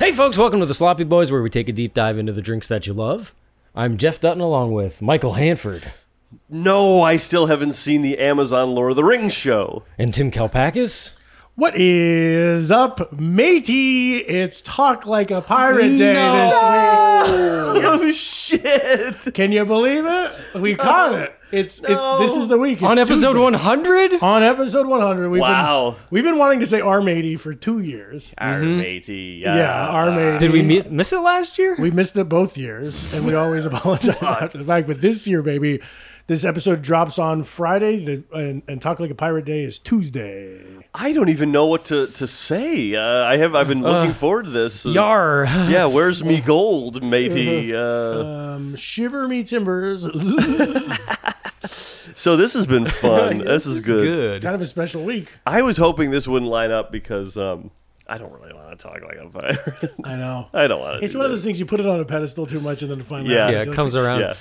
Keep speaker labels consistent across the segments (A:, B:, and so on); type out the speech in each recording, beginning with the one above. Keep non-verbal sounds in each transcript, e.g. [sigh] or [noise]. A: Hey, folks, welcome to the Sloppy Boys, where we take a deep dive into the drinks that you love. I'm Jeff Dutton, along with Michael Hanford
B: No, I still haven't seen the Amazon Lord of the Rings show.
A: and Tim Kalpakis.
C: What is up, matey? It's Talk Like a Pirate Day
B: Oh shit!
C: this week. Can you believe it? We caught it. It's it-
B: No.
C: this is the week. It's
A: On episode
C: Tuesday.
A: 100?
C: On episode 100. We've
B: Wow.
C: Been, we've been wanting to say our matey for two years.
B: Our matey, yeah.
C: yeah, our matey.
A: Did we meet, miss it last year?
C: We missed it both years, and we always [laughs] apologize after the fact. But this year, baby, this episode drops on Friday, the, and, and Talk Like a Pirate Day is Tuesday.
B: I don't even know what to, to say. Uh, I have I've been looking forward to this.
A: Yar.
B: Yeah, where's me gold, matey? Uh,
C: Shiver me timbers.
B: so this has been fun. this is good.
C: kind of a special week.
B: I was hoping this wouldn't line up because um, I don't really want to talk like a pirate. [laughs]
C: I know.
B: I don't want to.
C: It's one of those things you put it on a pedestal too much and then finally
B: Yeah.
A: Yeah, it comes around.
B: Yeah.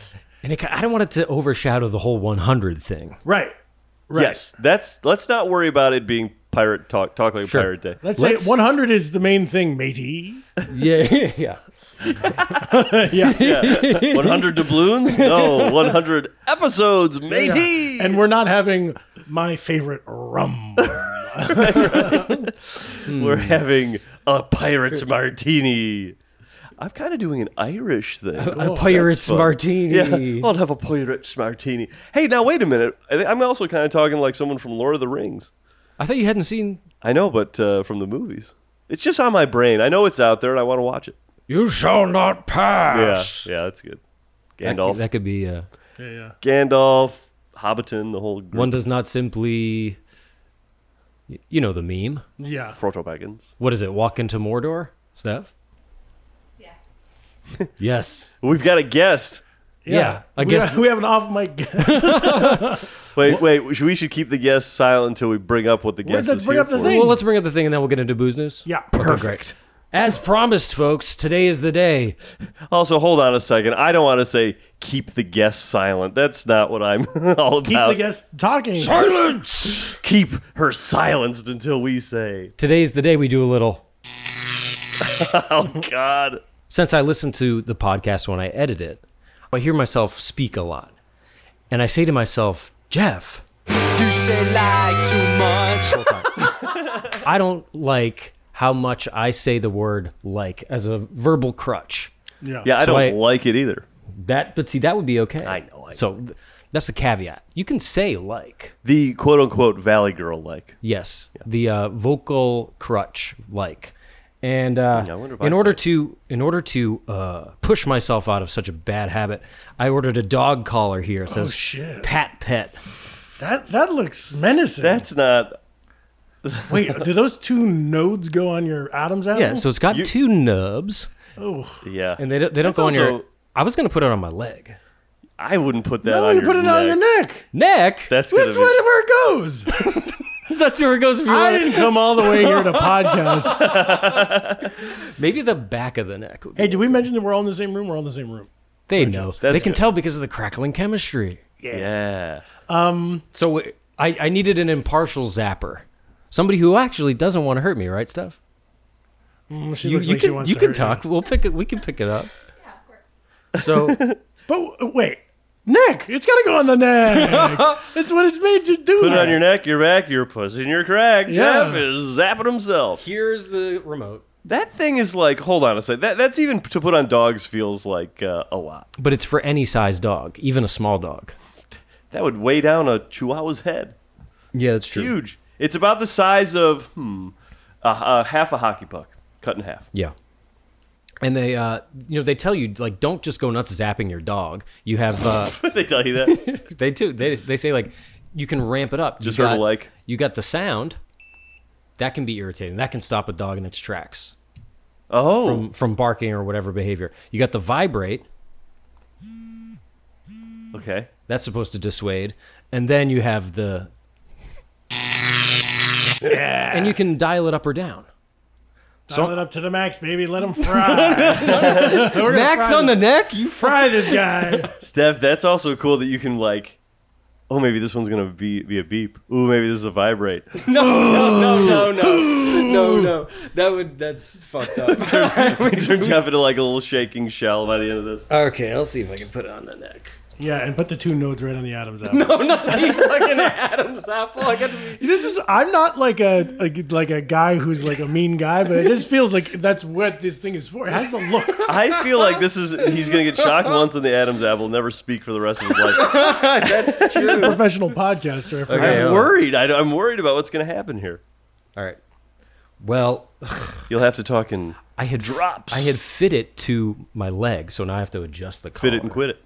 A: And it, ki- I don't want it to overshadow the whole 100 thing.
C: Right. Right.
B: Yes, that's. Let's not worry about it being pirate talk. Talk like
A: Sure.
B: a pirate day.
C: Let's,
A: Let's-
C: say 100 is the main thing, matey.
A: Yeah, [laughs] yeah.
C: [laughs] Yeah.
B: One hundred
A: [laughs]
B: doubloons? No, one hundred episodes, matey.
C: and we're not having my favorite rum.
B: We're having a pirate's martini. I'm kind of doing an Irish thing. Oh,
A: a pirate's
B: fun.
A: martini.
B: Yeah, I'll have a pirate's martini. Hey, now wait a minute. I thi- I'm also kind of talking like someone from Lord of the Rings.
A: I thought you hadn't seen.
B: I know, but uh, from the movies. It's just on my brain. I know it's out there, and I want to watch it.
A: You shall not
B: Yeah,
A: pass.
B: yeah, that's good.
A: That,
B: Gandalf,
A: that could be. Uh,
B: Gandalf, Hobbiton, the whole group.
A: one does not simply. y- You know the meme.
C: yeah.
B: Frodo Baggins.
A: What is it? Walk into Mordor, Steph? Yeah. [laughs] yes.
D: [laughs]
B: We've got a guest.
A: Yeah. I
C: We
A: guess
C: have- we have an off mic. [laughs]
B: Wait, wait. We should keep the guests silent until we bring up what the guest
C: let's
B: is
C: bring
B: here
C: up the
B: for.
C: thing.
A: Well, let's bring up the thing and then we'll get into booze news.
C: Yeah.
A: Perfect. As promised, folks, today is the day.
B: Also, hold on a second. I don't want to say keep the guests silent. That's not what I'm [laughs] all
C: Keep
B: about.
C: the guest talking.
A: Silence!
B: Keep her silenced until we say,
A: Today's the day we do a little.
B: "Oh God."
A: Since I listen to the podcast when I edit it, I hear myself speak a lot. And I say to myself, Jeff,
D: You say like too much.
A: [laughs] I don't like how much I say the word like as a verbal crutch.
C: Yeah.
B: Yeah, I
A: So
B: don't
A: I-
B: like it either.
A: That, but see, that would be okay.
B: I know, I
A: so th- that's the caveat. You can say like.
B: The quote unquote Valley Girl like.
A: Yes, the uh, vocal crutch like, and uh,
B: I wonder if
A: in
B: I
A: order
B: said-
A: to in order to uh, push myself out of such a bad habit, I ordered a dog collar here. It says
C: Oh, shit.
A: "Pat Pet."
C: That that looks menacing.
B: That's not.
C: Wait, do those two nodes go on your Adam's apple?
A: Yeah, so it's got
B: You-
A: two nubs,
B: Yeah,
A: and they don't, they don't
B: That's
A: go on your.
B: also-
A: I was gonna put it on my leg,
B: I wouldn't put that
C: no,
B: on
C: you
B: your
C: put it
B: neck.
C: on your neck.
A: neck.
B: That's gonna
C: That's
B: be-
C: what- where it goes.
A: That's where it goes. If you
C: [laughs] I
A: want.
C: didn't come all the way here [laughs] to podcast.
A: Maybe the back of the neck. would be-
C: Hey, did we mention that we're all in the same room? We're all in the same room.
A: they know.
B: That's
A: They can
B: good.
A: tell because of the crackling chemistry.
B: Yeah.
A: So I, I needed an impartial zapper, somebody who actually doesn't want to hurt me, right, Steph?
C: Mm, she
A: You,
C: looks
A: you
C: like she
A: can
C: wants
A: you
C: to
A: can
C: hurt
A: talk.
C: him.
A: We'll pick it. We can pick it up. So
C: But w- wait, neck. It's got to go on the neck.
A: [laughs]
C: That's what it's made to do.
B: Put it on your neck, your back, your pussy, and your crack.
C: Yeah.
B: Jeff is zapping himself.
A: here's the remote,
B: That thing is like, hold on a second. That, that's even to put on dogs feels like uh, a lot.
A: but it's for any size dog, even a small dog.
B: That would weigh down a chihuahua's head.
A: Yeah, that's
B: Huge. It's about the size of hmm, a, a half a hockey puck, cut in half. [laughs]
A: Yeah. And they, uh, you know, they tell you like, don't just go nuts zapping your dog. You have, uh,
B: they tell you that.
A: they do. They they say like, you can ramp it up. You
B: Just heard a
A: got-
B: like.
A: You got the sound. That can be irritating. That can stop a dog in its tracks
B: Oh,
A: from from barking or whatever behavior. You got the vibrate.
B: okay.
A: That's supposed to dissuade. And then you have the. Yeah. And you can dial it up or down.
C: Dial it up to the max, baby. Let him
A: [laughs]
C: fry. We're gonna
A: Max
C: fry
A: on the
C: this-
A: neck. You
C: Fry this guy.
B: Steph, that's also cool that you can like. Oh, maybe this one's gonna be be a beep. Ooh, maybe this is a vibrate. [laughs]
A: [laughs] no no no [gasps] no no no. That would that's fucked up. [laughs]
B: Turn Jeff into like a little shaking shell by the end of this.
A: okay, I'll see if I can put it on the neck.
C: Yeah, and put the two nodes right on the Adam's
A: [laughs]
C: apple.
A: Fucking Adam's apple. I got to be.
C: This is. I'm not like a, a like a guy who's like a mean guy, but it just feels like that's what this thing is for. It has the look.
A: [laughs]
B: I feel like this is he's gonna get shocked once on the Adam's apple, never speak for the rest of his life.
A: That's
C: He's a
A: true.
C: professional podcaster. I forgot.
A: Okay.
B: I'm worried. I, am worried about what's gonna happen here.
A: All right. Well,
B: You'll have to talk and
A: I had
B: Drops.
A: I had fit it to my leg, so now I have to adjust the collar.
B: fit it and quit it.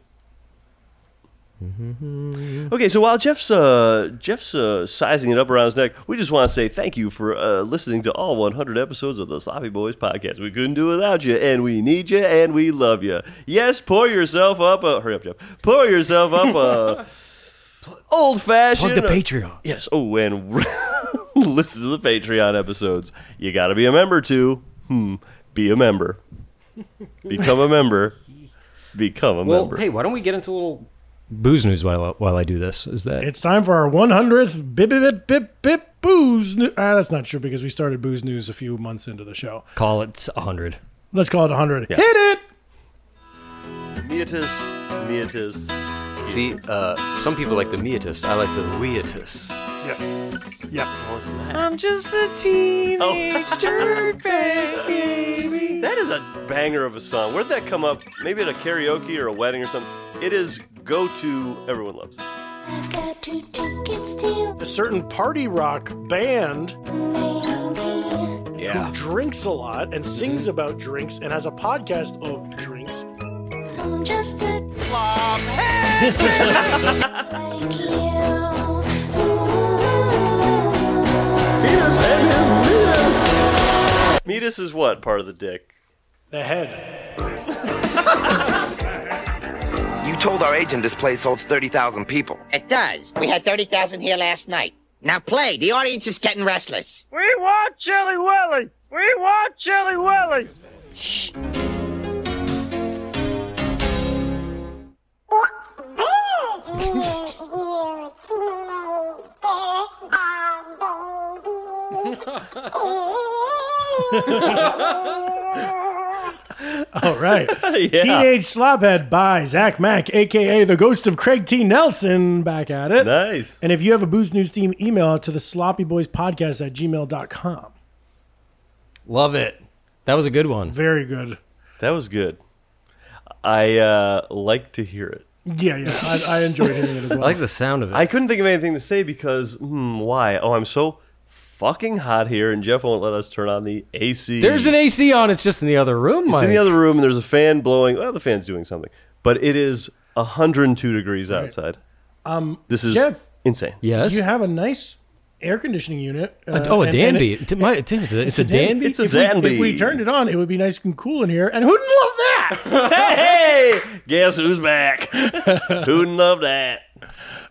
A: Mm-hmm.
B: Okay, so while Jeff's uh, Jeff's uh, sizing it up around his neck, we just want to say thank you for uh, listening to all 100 episodes of the Sloppy Boys podcast. We couldn't do without you, and we need you, and we love you. Yes, pour yourself up a hurry up, Jeff. Pour yourself up a
A: [laughs]
B: old
A: Plug
B: fashioned
A: the Patreon.
B: Yes. Oh, and [laughs] listen to the Patreon episodes. You got to be a member too. Hmm. Be a member. Become a member. Become a
A: Well,
B: member.
A: hey, why don't we get into a little booze news while while I do this? Is that
C: It's time for our 100th bip bip bip bip bip booze. New- ah, that's not true because we started booze news a few months into the show.
A: call it hundred?
C: Let's call it 100. Hit it.
B: Meatus. Meatus.
E: See, uh, some people like the meatus. I like the weatus.
C: Yes. Yep.
E: I'm just a teenage dirtbag baby.
B: That is a banger of a song. Where'd that come up? Maybe at a karaoke or a wedding or something. It is go to everyone loves. It.
F: I've got two tickets to
C: A certain party rock band
F: Nairobi.
E: Yeah.
C: drinks a lot and sings about drinks and has a podcast of drinks.
F: I'm just a slob [laughs] like you.
B: Meatus and his meatus. Meatus is what part of the dick?
C: The head.
G: You told our agent this place holds 30,000 people.
H: It does. We had 30,000 here last night. Now play. The audience is getting restless. We want Chili Willy. We want Chili Willy.
C: [laughs] All [laughs] right.
B: Yeah.
C: Teenage Slobhead by Zach Mack, aka the ghost of Craig T. Nelson, back at it.
B: Nice.
C: And if you have a booze news theme, email it to the sloppy boys podcast at gmail.com.
A: Love it. That was a good one.
C: Very good.
B: That was good. I uh, like to hear it.
C: Yeah, yeah. I, I enjoyed hearing it [laughs] as well.
A: I like the sound of it.
B: I couldn't think of anything to say because hmm, why? Oh, I'm so fucking hot here, and Jeff won't let us turn on the AC.
A: There's an AC on. It's just in the other room.
B: it's
A: Mike.
B: in the other room, and there's a fan blowing. Well, the fan's doing something, but it is 102 degrees outside. Um, this is
C: Jeff.
B: insane.
A: Yes.
C: You have a nice air conditioning unit. uh,
A: oh,
C: and-
A: a
C: and
A: Danby.
C: it-
A: It, my, it is a- it's, a Danby.
B: It's a
C: if, we,
B: Danby.
C: if we turned it on, it would be nice and cool in here. And who'd love that?
B: [laughs] Hey, guess who's
A: [laughs]
B: back? Who'd love that?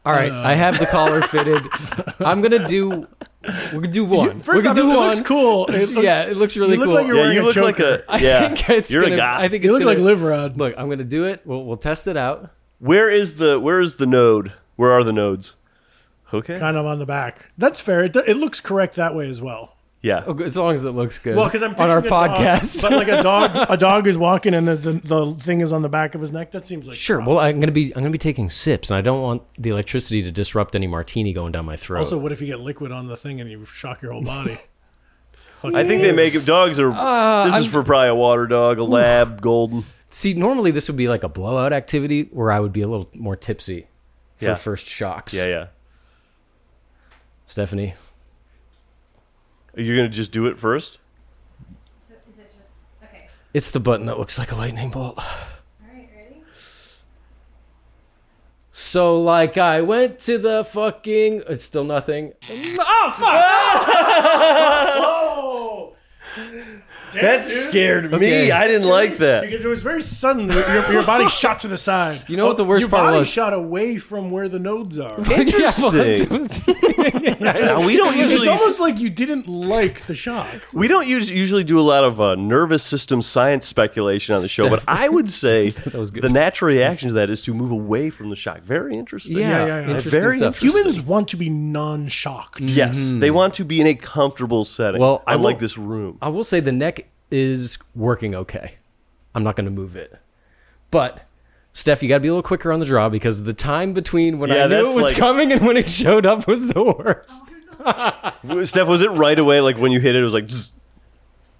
A: All right, I have the
C: [laughs]
A: collar fitted. I'm gonna do. We're gonna do one.
C: First
A: we're gonna
C: off,
A: do
C: it
A: one.
C: looks cool.
A: [laughs]
C: It looks,
A: Yeah, it looks really
C: you look
A: cool.
C: Like you're
B: Yeah,
C: wearing
B: you
C: a
B: look like
C: choker.
B: a
A: I
B: yeah.
A: think it's
B: You're
A: gonna,
B: a guy.
A: I think
C: You
A: it's
C: look
A: gonna,
C: like Livrod.
A: Look, I'm gonna do it. We'll, we'll test it out.
B: Where is the where is the node? Where are the nodes? Okay.
C: kind of on the back. That's fair. It, it looks correct that way as well.
B: Yeah.
A: As long as it looks good.
C: Well, because I'm
A: on our
C: picturing a dog,
A: podcast.
C: but like a dog,
A: [laughs]
C: a dog is walking and the, the, the thing is on the back of his neck. That seems like
A: Sure. Well, I'm gonna be I'm gonna be taking sips, and I don't want the electricity to disrupt any martini going down my throat.
C: Also, what if you get liquid on the thing and you shock your whole
A: [laughs]
C: body? Fucking [laughs]
B: I think they
C: weird.
B: make it. Dogs are.
A: Uh,
B: this is
A: I'm-
B: for probably a water dog, a lab, golden.
A: See, normally this would be like a blowout activity where I would be a little more tipsy for
B: Yeah.
A: first shocks.
B: Yeah, yeah.
A: Stephanie,
B: You're gonna just do it first.
A: it's the button that looks like a lightning bolt. [sighs] So like I went to the fucking it's still nothing. Oh
C: Damn,
B: That
C: dude.
B: scared me.
A: Okay.
B: I didn't like that.
C: Because it was very sudden. Your, your
A: [laughs]
C: body shot to the side.
A: You know what the worst
C: your
A: part
C: body
A: was?
C: shot away from where the nodes
A: [laughs]
C: are.
B: Interesting. Now, we don't
C: it's
B: usually
C: almost like you didn't like the shock.
B: we don't us- usually do a lot of uh, nervous system science speculation on the show, but I would
A: [laughs]
B: say
A: was good.
B: the natural reaction to that is to move away from the shock. Very interesting.
A: [laughs] Yeah,
C: Yeah, yeah, yeah.
A: interesting
B: Very
A: stuff.
B: interesting.
C: Humans want to be non-shocked.
A: Mm.
B: Yes,
A: Hmm.
B: they want to be in a comfortable setting.
A: Well, I
B: unlike
A: will-
B: this room.
A: I will say the neck is working okay. I'm not going to move it. But Steph, you got to be a little quicker on the draw because the time between when
B: Yeah,
A: I knew
B: that's
A: it was
B: like-
A: coming and when it showed up was the worst.
B: Steph, was it right away? Like when you hit it, it was like. zzz?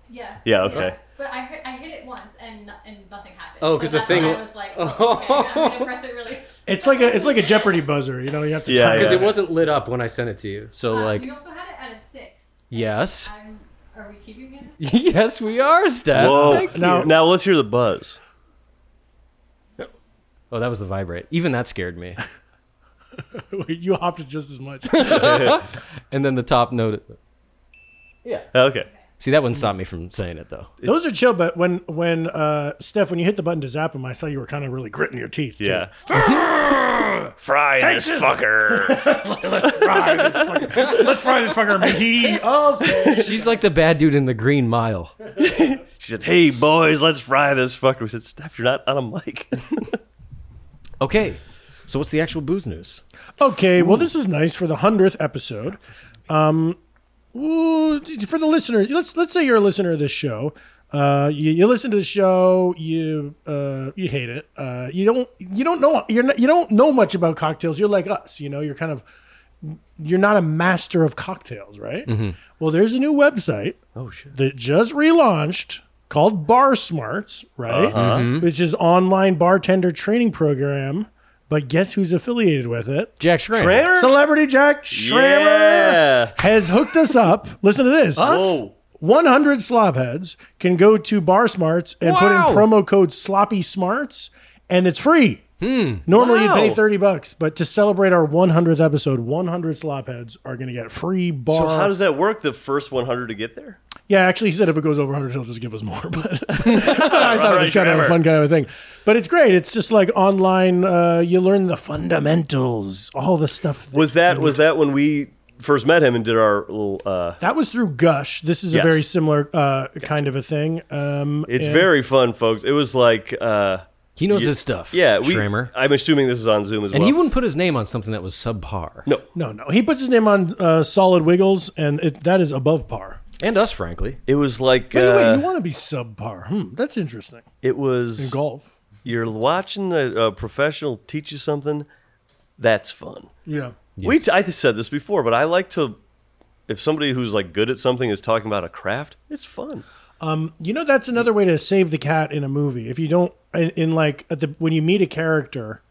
I: Yeah.
B: Yeah, okay.
I: But I hit, I hit it once and and nothing happened.
A: Oh,
I: So
A: 'cause the
I: that's
A: thing-
I: why I was
C: [laughs]
I: like, okay, I'm gonna press it really.
C: It's like a it's like a Jeopardy buzzer. You know, you have to.
B: Yeah,
C: time
A: Because
B: yeah.
A: it wasn't lit up when I sent it to you. So,
I: Uh,
A: like,
I: you also had it out of six.
A: yes. [laughs]
I: I'm. Are we keeping it?
A: yes, we are, Steph.
B: Whoa!
C: you.
B: Now, now let's hear the buzz.
A: Oh, that was the vibrate. Even that scared [laughs] me.
C: it. [laughs] You hopped just as much.
A: And then the top note. Yeah.
B: Okay.
A: See, that wouldn't stop me from saying it, [laughs] though.
C: Those are chill, but when when uh, Steph, when you hit the button to zap him, I saw you were kind of really gritting your teeth. too.
B: Yeah. Fry this fucker.
C: fry this fucker. Let's fry this fucker, oh, matey. Okay.
A: She's like the bad dude in the green mile.
B: [laughs] She said, "Hey boys, let's fry this fucker." We said, "Steph, you're not on a mic."
A: Okay. So, what's the actual booze news?
C: Okay, well, this is nice for the hundredth episode. Um, ooh, for the listener, let's let's say you're a listener of this show. Uh, you, you listen to the show, you uh, you hate it. Uh, you don't you don't know you're not, you don't know much about cocktails. You're like us, you know. You're kind of you're not a master of cocktails, right? Well, there's a new website. Mm-hmm. Oh shit! That just relaunched called Bar Smarts, right? Which is online bartender training program. But guess who's affiliated with it?
A: Jack Schrader.
B: Schrader?
C: Celebrity Jack Schrammer
B: Yeah.
C: has hooked us up. Listen to this.
B: Whoa.
C: 100 slobheads can go to Bar Smarts and put in
A: Wow.
C: promo code Sloppy Smarts, and it's free. Normally
B: Hmm. Wow.
C: you'd pay 30 bucks, but to celebrate our 100th episode, 100 slobheads are going to get free bar.
B: So how does that work? The first 100 to get there?
C: Yeah, actually, he said if it goes over 100, he'll just give us more. [laughs] But,
B: [laughs]
C: but I thought it was kind of a fun kind of a thing. But it's great. It's just like online. Uh, you learn the fundamentals, all the stuff. That,
B: Was that was that when we first met him and did our little? Uh,
C: that was through Gush. This is
B: Yes.
C: a very similar uh, kind of a thing. Um,
B: it's
C: and-
B: very fun, folks. It was like, uh,
A: He knows
B: Yeah.
A: his stuff.
B: yeah, we,
A: Schramer.
B: I'm assuming this is on Zoom as
A: And
B: well.
A: he wouldn't put his name on something that was subpar.
B: no,
C: No, no. He puts his name on uh, Solid Wiggles, and it, that is above par.
A: And us, frankly.
B: it was like
C: By the way,
B: uh,
C: you want to be subpar. Hmm, that's interesting.
B: it was.
C: Golf.
B: You're watching a, a professional teach you something. That's fun.
C: Yeah.
B: We t- I said this before, but I like to. If somebody who's like good at something is talking about a craft, it's fun.
C: You know, that's another way to save the cat in a movie. If you don't, in, in like at the when you meet a character,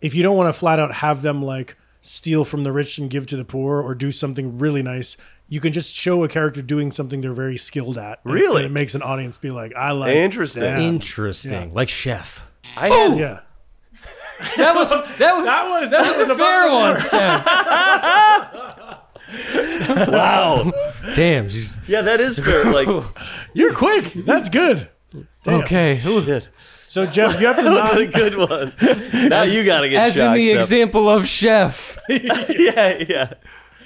C: if you don't want to flat out have them like steal from the rich and give to the poor or do something really nice, you can just show a character doing something they're very skilled at. and-
B: Really?
C: and it makes an audience be like, "I like."
B: Interesting.
C: that.
A: Interesting. Like Chef.
B: I had,
C: Yeah. [laughs]
A: That was that was that was, that was, a fair one, Steph.
C: [laughs]
B: wow.
A: Damn. She's,
B: Yeah, that is
A: [laughs]
B: fair. Like,
C: You're quick. That's good.
A: okay.
C: So Jeff, [laughs] you have to
B: That's a
C: not.
B: good one. Now you gotta get
A: As in
B: shocked
A: the
B: up.
A: example of Chef. [laughs]
B: Yeah, yeah.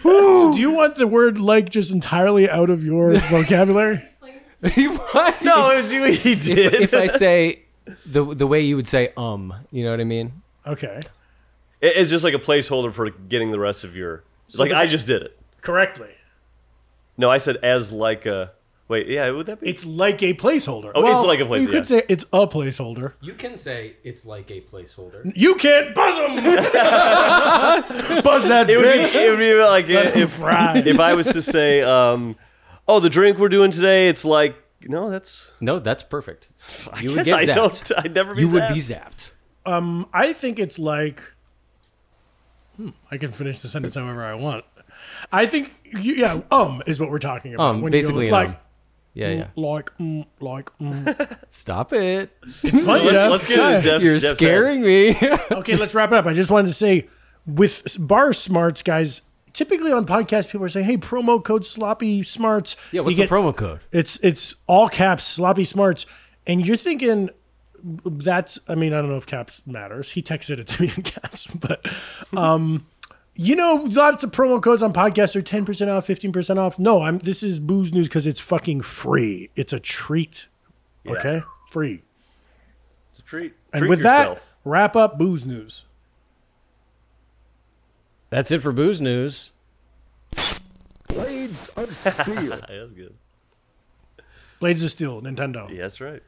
C: Do you want the word "like" just entirely out of [laughs] your vocabulary?
A: What?
B: No, it was you. He did.
A: If I say the the way you would say um, you know what I mean?
C: Okay.
B: It- it's just like a placeholder for getting the rest of your. It's like I just did it.
C: Correctly.
B: No, I said as like a. Wait, yeah, would that be? [laughs]
C: It's like a placeholder.
B: Oh,
C: Well,
B: it's like a place.
C: You could say it's a placeholder.
A: You can say it's like a placeholder.
C: You can't buzz them. [laughs] buzz that
B: it would
C: bitch.
B: be it
A: [laughs]
B: would be like
C: Let him
B: if
C: fry.
B: [laughs] if I was to say, um, oh, the drink we're doing today, it's like no, that's
A: no, that's perfect. You
B: guess [laughs] I don't. I'd never be.
A: You would be zapped.
C: Um, I think it's like. Hmm, I can finish the sentence however I want. I think you, yeah, um is what we're talking about.
A: Um,
C: when you go
A: basically an
C: like,
A: um. Yeah,
C: mm,
A: yeah.
C: like, mm, like,
B: [laughs]
C: mm.
A: Stop it.
C: It's fine,
A: Let's-
C: Jeff.
A: let's get
C: Try
A: into
C: it.
A: Jeff's- You're Jeff's scaring head. me.
C: okay, let's wrap it up. I just wanted to say, with s- bar smarts, guys. Typically on podcasts, people are saying, "Hey, promo code sloppy smarts."
A: [laughs] [laughs] Yeah, what's
C: You
A: the promo code?
C: It's it's all caps, sloppy smarts, and you're thinking that's. I mean, I don't know if caps matters. He texted it to me [laughs] in caps, but um, you know, lots of promo codes on podcasts are ten percent off, fifteen percent off. No, I'm. This is booze news because it's fucking free. It's a treat.
B: Yeah.
C: Okay, free.
B: It's a treat.
C: And
B: Treat
C: with
B: yourself.
C: [laughs] that, wrap up booze news.
A: That's it for booze news.
C: Blades of
B: that's good.
C: Blades of Steel, Nintendo.
B: Yeah, that's right.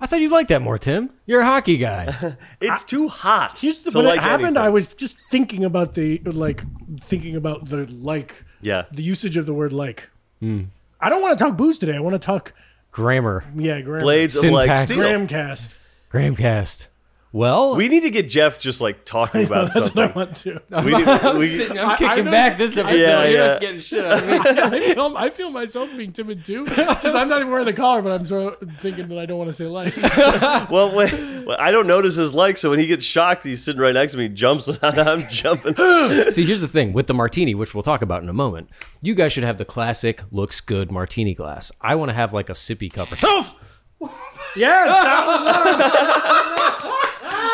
A: I thought you'd like that more, Tim. You're a hockey [laughs] guy.
B: It's too hot.
C: Here's the
B: to
C: when
B: like
C: it happened,
B: anything.
C: I was just thinking about the like thinking about the like
B: Yeah. Hmm.
C: the usage of the word like. I don't want to talk booze today. I want to talk
A: Grammar.
C: yeah, grammar.
B: Blades of like
A: Syntax.
B: steel.
C: Gramcast. [laughs]
A: Gramcast. Well,
B: We need to get Jeff just like talking
C: [laughs]
B: about
C: That's
B: something.
C: what I want
B: [laughs]
C: to.
B: We
C: [laughs]
B: need-
A: I'm,
B: we-
A: sitting,
C: I- I
A: I'm kicking
C: know-
A: back this episode.
B: Yeah,
A: You're
B: yeah.
A: not getting shit out of me.
C: I feel, I feel myself being timid too because I'm not even wearing the collar, but I'm sort of thinking that I don't want to say
B: [laughs]
C: like.
B: well, wait, well, I don't notice his leg, so when he gets shocked, he's sitting right next to me, jumps, [laughs] and
C: [laughs]
B: I'm jumping.
A: [laughs] See, here's the thing with the martini, which we'll talk about in a moment. You guys should have the classic looks good martini glass. I want to have like a sippy [laughs] cup or something.
C: yes, that was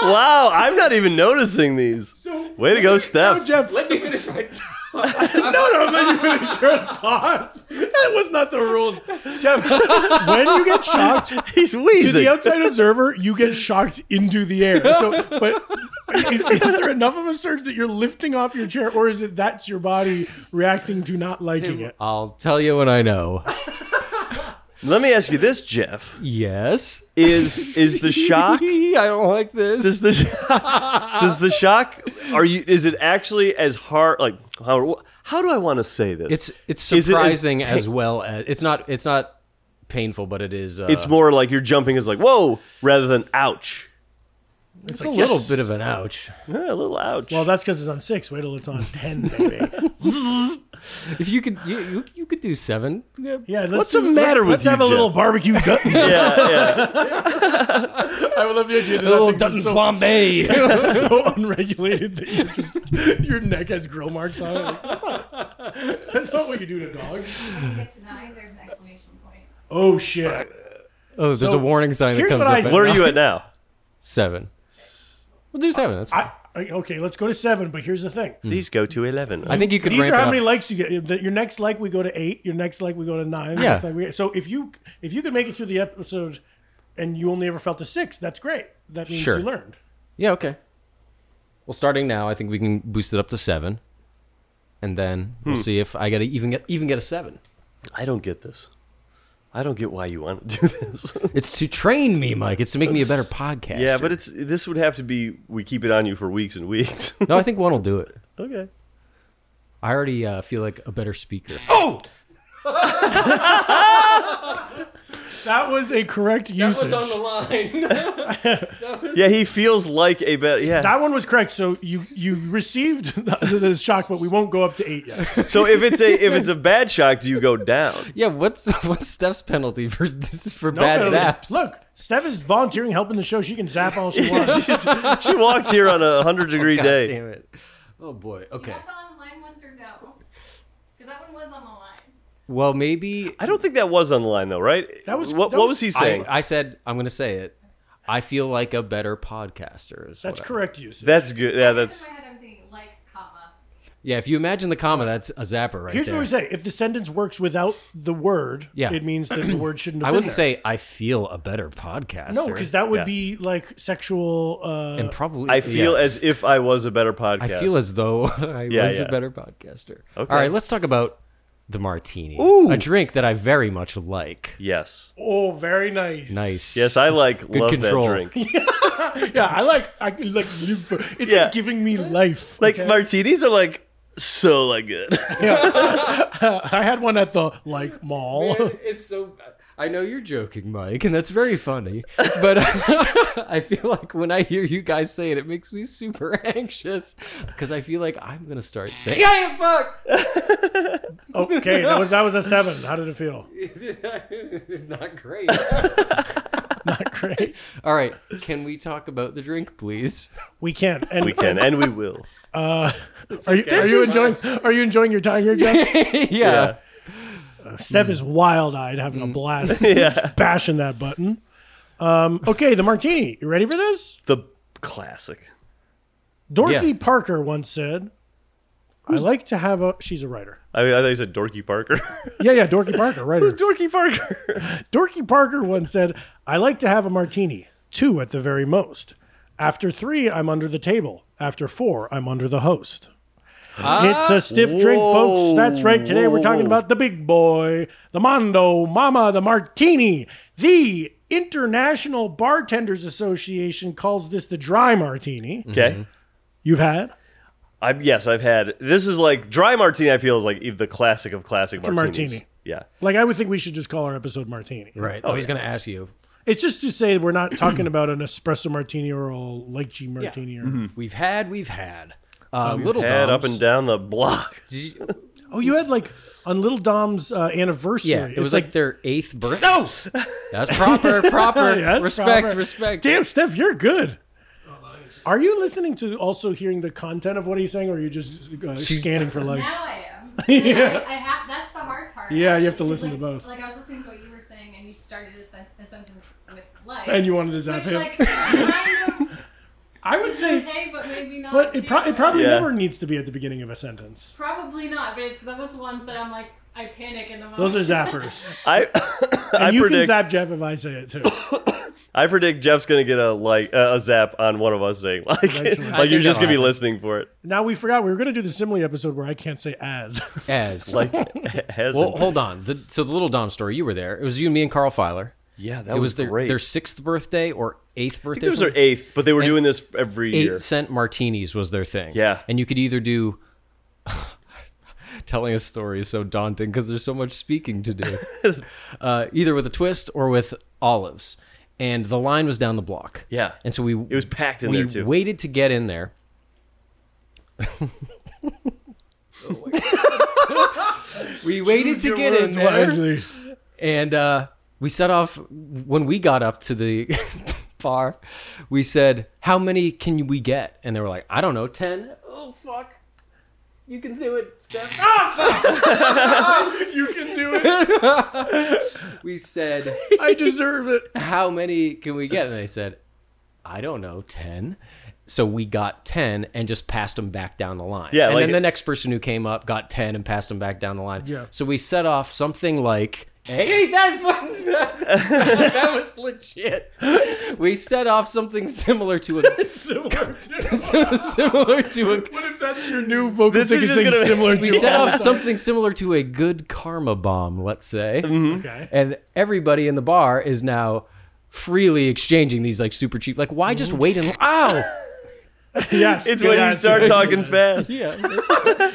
B: wow, I'm not even noticing these. Way to go, Steph.
C: Jeff.
E: Let me finish my. [laughs]
C: [laughs] No, no, let you finish your thoughts. That was not the
B: [laughs]
C: rules, Jeff. When you get shocked,
B: He's
C: to the
B: wheezing. [laughs]
C: outside observer, you get shocked into the air. So,
B: [laughs]
C: but is, is there enough of a surge that you're lifting off your chair, or is it that's your body reacting to not liking it?
A: I'll tell you when I know.
B: Let me ask you this, Jeff:
A: Yes.
B: is is
C: [laughs]
B: the shock?
A: [laughs] I don't like this.
B: Does the [laughs] does the shock? Are you? Is it actually as hard? Like how how do I want to say this?
A: it's it's
B: Is it as
A: surprising
B: pa-
A: as, well as it's not it's not painful, but it is uh,
B: It's more like you're jumping is like whoa rather than ouch.
A: it's a
B: like,
A: little
B: yes.
A: bit of an ouch.
B: Yeah, a little ouch. [laughs]
C: Well, that's because it's on six. Wait till it's on ten, baby.
A: If you could you, you, you could do seven.
C: Yeah, let's
B: What's
C: do-
B: the
C: let's,
B: matter with
C: Let's
B: you,
C: have a little
B: Jeff?
C: barbecue gut.
B: [laughs]
C: [laughs]
B: yeah, yeah.
C: I would love the idea that
A: A little
C: that thing's
A: dozen
C: [laughs]
A: flambe.
C: so,
B: [laughs]
C: so unregulated that you're just your neck has grill marks on it. Like, that's, not, that's not what you do to dogs.
I: When you get to nine, there's an exclamation point.
C: Oh shit.
A: oh, there's a warning sign that
C: here's
A: comes
C: what
A: up.
C: I
A: at
C: said.
B: Where are you at now?
A: Seven. We'll do seven. That's fine.
C: I, I- okay, let's go to seven. But here's the thing:
B: These go to eleven.
A: Hmm. I, think you could
C: these
A: ramp
C: are
A: it
C: how
A: up.
C: many likes you get. The- Your next like we go to eight. Your next like we go to nine.
A: Yeah.
C: Next like we- so if you if you can make it through the episode, and you only ever felt a six, that's great. That means
A: Sure.
C: you learned.
A: Yeah, okay. Well, starting now, I think we can boost it up to seven, and then we'll see if I get a, even get even get a seven.
B: I don't get this. I don't get why you want to [laughs] do this.
A: It's to train me, Mike. It's to make me a better podcast.
B: yeah, but it's this would have to be we keep it on you for weeks and weeks. [laughs]
A: no, I think one will do it.
B: okay.
A: I already uh, feel like a better speaker.
C: That was a correct usage. That,
A: line.
B: Yeah, he feels like a better. Yeah.
C: one was correct. So you you received [laughs] the, the shock, but we won't go up to eight
A: [laughs]
C: yet.
B: so if it's a if it's a bad shock, do you go down?
A: yeah, what's [laughs] what's Steph's penalty for [laughs] for
C: No
A: bad
C: penalty.
A: zaps?
C: Look, Steph is volunteering, helping the show. She can zap all
A: [laughs]
C: she wants.
B: she walked here on a hundred degree
A: God
B: day.
A: damn it! Oh boy.
I: Do you
A: Okay.
I: have the online ones or no? Because that one was on the line.
A: Well, maybe
B: I don't think that was on the line though, right?
C: That was-
B: what,
C: that
B: what
C: was-
B: was he
A: I,
B: saying?
A: I said I'm going to say it. I feel like a better podcaster. Is
C: That's
A: what I-
C: correct usage.
B: that's good. Yeah,
I: I guess
B: that's
I: In my head, I'm thinking like, comma.
A: Yeah, if you imagine the comma, that's a zapper right
C: Here's
A: there.
C: what we say: if the sentence works without the word,
A: Yeah.
C: it means that
A: [clears throat]
C: the word shouldn't. Have
A: I
C: been
A: wouldn't
C: there.
A: say I feel a better podcaster.
C: no, because that would
B: Yeah.
C: be like sexual. Uh,
A: and probably
B: I feel
A: yeah.
B: as if I was a better podcast.
A: I feel as though [laughs] I
B: Yeah,
A: was
B: yeah.
A: a better podcaster.
B: Okay.
A: All right, let's talk about the martini.
B: Ooh.
A: A drink that I very much like.
B: Yes.
C: Oh, very nice.
A: Nice.
B: Yes, I like
A: Good
B: love
A: control.
B: that
C: [laughs]
B: drink.
C: yeah, I like. I can, like live for. It's
B: Yeah.
C: like giving me life.
B: Like
C: okay?
B: martinis are like so like
A: [laughs]
B: good.
C: I had one at the like mall.
A: [laughs] it's so. I know you're joking, Mike, and that's very funny. But [laughs] I feel like when I hear you guys say it, it makes me super [laughs] anxious because I feel like I'm gonna start saying, "Yeah, fuck."
C: okay, that was that was a seven. How did it feel?
A: [laughs] Not great.
C: Not great.
A: All right, can we talk about the drink, please? [laughs]
C: We can. And
B: we can and we will.
C: Uh, are you,
A: okay.
C: are you
A: This is-
C: enjoying? Are you enjoying your time here, Jeff? [laughs]
A: yeah.
C: Steph is wild eyed, having a blast,
B: Mm. [laughs] Yeah.
C: bashing that button. Um, okay, the martini. You ready for this?
B: The classic.
C: Dorothy Parker once said, "I like to have a." She's a writer.
B: I mean, I thought you said Dorky Parker. [laughs]
C: Yeah, yeah. Dorothy Parker, writer.
B: Who's Dorky Parker?
A: [laughs]
C: Dorky Parker once said, I like to have a martini, two at the very most. After three, I'm under the table. After four, I'm under the host. it's a stiff drink, folks. That's right. Today we're talking about the big boy, the Mondo Mama, the martini. The International Bartenders Association calls this the dry martini.
A: Mm-hmm.
B: Okay.
C: You've had?
B: I'm yes, I've had this is like dry martini. I feel is like the classic of classic
C: a
B: martinis.
C: martini.
B: Yeah.
C: Like, I would think we should just call our episode martini.
A: Right. Oh, I was gonna ask you.
C: It's just to say we're not talking about an espresso martini or a lychee martini or
A: We've had, we've had. Uh,
B: We've
A: little
B: had
A: Dom's-
B: up and down the block.
A: Did you-
C: Oh, you had like on Little Dom's uh, anniversary.
A: yeah, it
C: It's
A: was
C: [laughs]
A: like, their eighth birthday. No, that's proper, proper.
C: Oh, Yeah, that's
A: respect,
C: proper.
A: respect.
C: Damn, Steph, you're good. Are you listening to also hearing the content of what he's saying, or are you just uh, scanning for likes?
I: Now I
C: [laughs]
I: am. yeah. I, I have. That's the hard part.
C: Yeah, you have to
I: Like-
C: listen to
I: like-
C: both.
I: Like I was listening to what you were saying, and you started a, sen- a sentence with like,
C: And you wanted to zap
I: which
C: him.
I: like kind of
C: I would
I: is
C: say,
I: okay, but maybe not.
C: but it, pro-
I: too.
C: it probably
B: Yeah.
C: never needs to be at the beginning of a sentence.
I: probably not. But it's those ones that I'm like, I panic in the moment.
C: Those are zappers, [laughs]
B: I
C: and
B: [laughs] I
C: you
B: predict
C: can zap Jeff if I say it too.
B: I predict Jeff's gonna get a like uh, a zap on one of us saying like [laughs] like you're
A: think
B: just
A: that'll
B: gonna be
A: happen.
B: listening for
A: [laughs]
B: it
C: now we forgot we were going to do the simile episode where I can't say as.
A: As
B: like has
A: well, hold on. The, so the little Dom story, you were there. It was you and me and Carl Filer.
B: yeah that
A: It was
B: the
A: their, their sixth birthday or eighth
B: I
A: birthday.
B: think it was their eighth, but they were doing this every year.
A: eight cent martinis was their thing.
B: Yeah.
A: and you could either do. [laughs] telling a story is so daunting because there's so much speaking
B: [laughs]
A: to do, uh, either with a twist or with olives. And the line was down the block.
B: Yeah.
A: and so we it
B: was packed in there, too.
A: Waited to get in there. [laughs] we waited to get in there
C: wisely.
A: and uh, we set off when we got up to the [laughs] bar we said how many can we get and they were like i don't know 10 oh fuck you can do it Steph.
C: You can do it.
A: we said
C: I deserve
A: [laughs]
C: it. [laughs]
A: how many can we get and they said i don't know 10 so we got 10 and just passed them back down the line
B: Yeah,
A: and
B: like-
A: then the next person who came up got 10 and passed them back down the line
C: Yeah.
A: so we set off something like [laughs] hey that's that was legit we set off something similar to a [laughs]
C: Similar to.
A: similar to a
C: What if that's your new vocal thing?
B: is
C: Is
B: just
C: like
B: gonna-
C: similar
A: we
C: to
A: set
C: all
A: off
C: that?
A: something similar to a good karma bomb let's say
C: Okay.
A: and everybody in the bar is now freely exchanging these like super cheap like why just wait and
B: [laughs]
A: ow
C: Yes.
B: it's
C: good
B: when you
C: answer. [laughs]
B: start talking fast.
A: yeah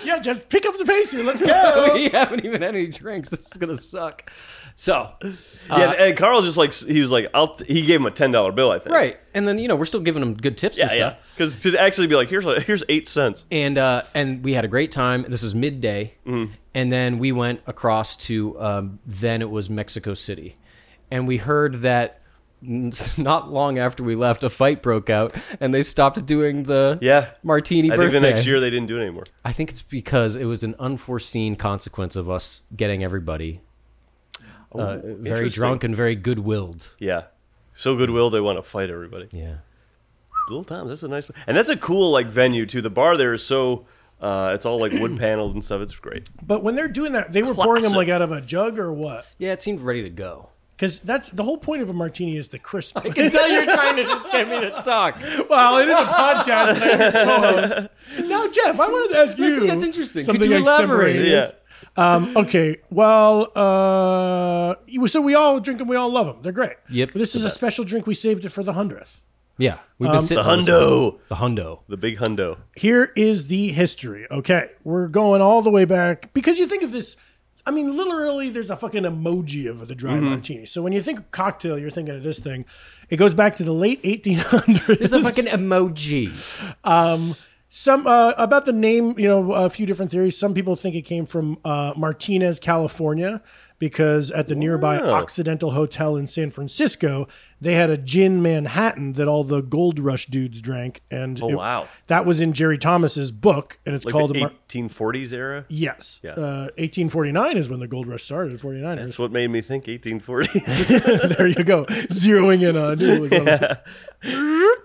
C: Yeah, Jeff, pick up the pace here. Let's go.
A: [laughs] we haven't even had any drinks this is gonna suck so
B: [laughs] yeah, and Carl just like he was like, "I'll." He gave him a ten dollar bill, I think.
A: right and then you know we're still giving them good tips and
B: Yeah, yeah.
A: stuff
B: Because to actually be like, "Here's like, here's eight cents."
A: and uh, and we had a great time. This is midday,
B: Mm-hmm.
A: and then we went across to um, then it was Mexico City, and we heard that [laughs] n- not long after we left, a fight broke out, and they stopped doing the
B: Yeah.
A: martini
B: I think
A: birthday.
B: the next year they didn't do it anymore.
A: I think it's because it was an unforeseen consequence of us getting everybody uh, very
B: interesting.
A: drunk and very good willed.
B: Yeah. So goodwill, they want to fight everybody.
A: Yeah.
B: Little Tom's, that's a nice, and that's a cool like venue too. The bar there is so, uh, it's all like [clears throat] wood paneled and stuff. It's great.
C: But when they're doing that, they were pouring them like out of a jug or what?
A: Yeah, it seemed ready to [laughs] go.
C: Because that's the whole point of a martini is the crisp. [laughs]
A: I can tell you're trying to just get me to talk.
C: well, it is a
A: [laughs]
C: podcast. and I'm your co-host. Now, Jeff, I wanted to ask you.
A: That's interesting. Could
C: Something
A: you elaborate?
C: extemporaneous.
B: Yeah.
C: Um, okay, well, uh, you- so we all drink them, we all love them. They're great.
A: Yep.
C: But this
A: The
C: is a
A: best.
C: special drink. We saved it for the hundredth.
A: Yeah, we've been
C: Um,
A: sitting
C: The
A: on this
C: hundo.
A: one. the hundo,
B: the big hundo.
C: Here is the history. Okay, we're going all the way back because you think of this. I mean, literally, there's a fucking emoji of the dry
B: Mm-hmm.
A: Mhm.
C: martini. So when you think of cocktail, you're thinking of this thing. It goes back to the late 1800s.
A: There's a fucking emoji.
C: Um, [laughs] some uh, about the name, you know, a few different theories. Some people think it came from uh, Martinez, California, because at the nearby
B: Wow.
C: Occidental Hotel in San Francisco, they had a gin Manhattan that all the Gold Rush dudes drank, and
B: Oh,
C: it-
B: wow.
C: that was in Jerry Thomas's book, and it's
B: like
C: called
B: the
C: a Mar-
B: 1840s era.
C: Yes,
B: Yeah.
C: uh, 1849 is when the Gold Rush started. 49
B: That's what made me think [laughs] 1840s.
C: there you go. Zeroing in on. it was on- [laughs]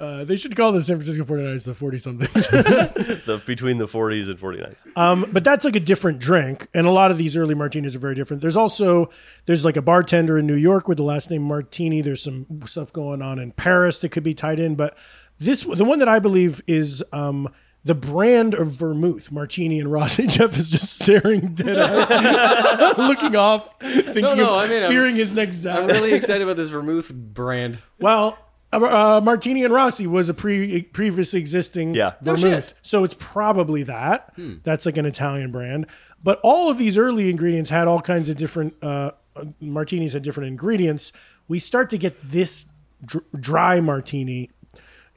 C: Uh, they should call the San Francisco 49ers the 40 somethings.
B: the, between the 40s and 49s.
C: um, but that's like a different drink. And a lot of these early martinis are very different. There's also, there's like a bartender in New York with the last name Martini. There's some stuff going on in Paris that could be tied in. But this, the one that I believe is um, the brand of vermouth, Martini and Rossi. Jeff is just staring dead at [laughs] looking off, thinking
A: [laughs] No, no, I
C: of
A: mean, I'm-
C: fearing his next zap.
A: I'm really excited about this vermouth brand.
C: Well, uh, uh, Martini and Rossi was a pre previously existing
A: Yeah. No
C: vermouth,
A: shit.
C: so it's probably that.
A: Hmm.
C: That's like an Italian brand, but all of these early ingredients had all kinds of different uh, uh, martinis had different ingredients. We start to get this dr- dry martini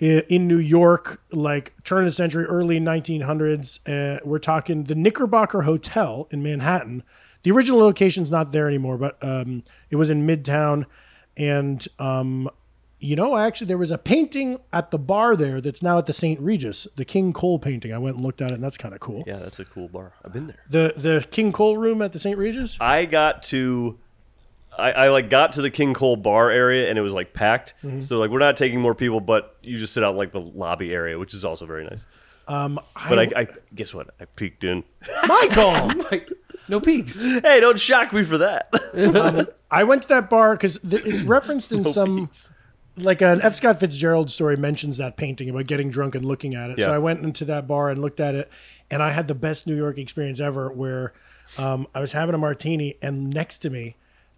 C: i- in New York, like turn of the century, early 1900s. Uh, we're talking the Knickerbocker Hotel in Manhattan. The original location's not there anymore, but um, it was in Midtown. And, um, you know, actually, there was a painting at the bar there that's now at the St. Regis, the King Cole painting. I went and looked at it, and that's kind of cool.
B: Yeah, that's a cool bar. I've been there.
C: The, the King Cole room at the St. Regis?
B: I got to. I, I like got to the King Cole bar area and it was like packed.
C: Mhm.
B: So like we're not taking more people, but you just sit out in, like the lobby area, which is also very nice.
C: Um,
B: But I, I guess what I peeked in. [laughs]
C: [laughs] Michael!
A: no peaks.
B: Hey, don't shock me for that. [laughs]
C: Um, I went to that bar because th-
B: [clears throat]
C: it's referenced in some, like an F. Scott Fitzgerald story mentions that painting about getting drunk and looking at it. So
J: Yeah.
C: I went into that bar and looked at it, and I had the best New York experience ever. Where um, I was having a martini, and next to me,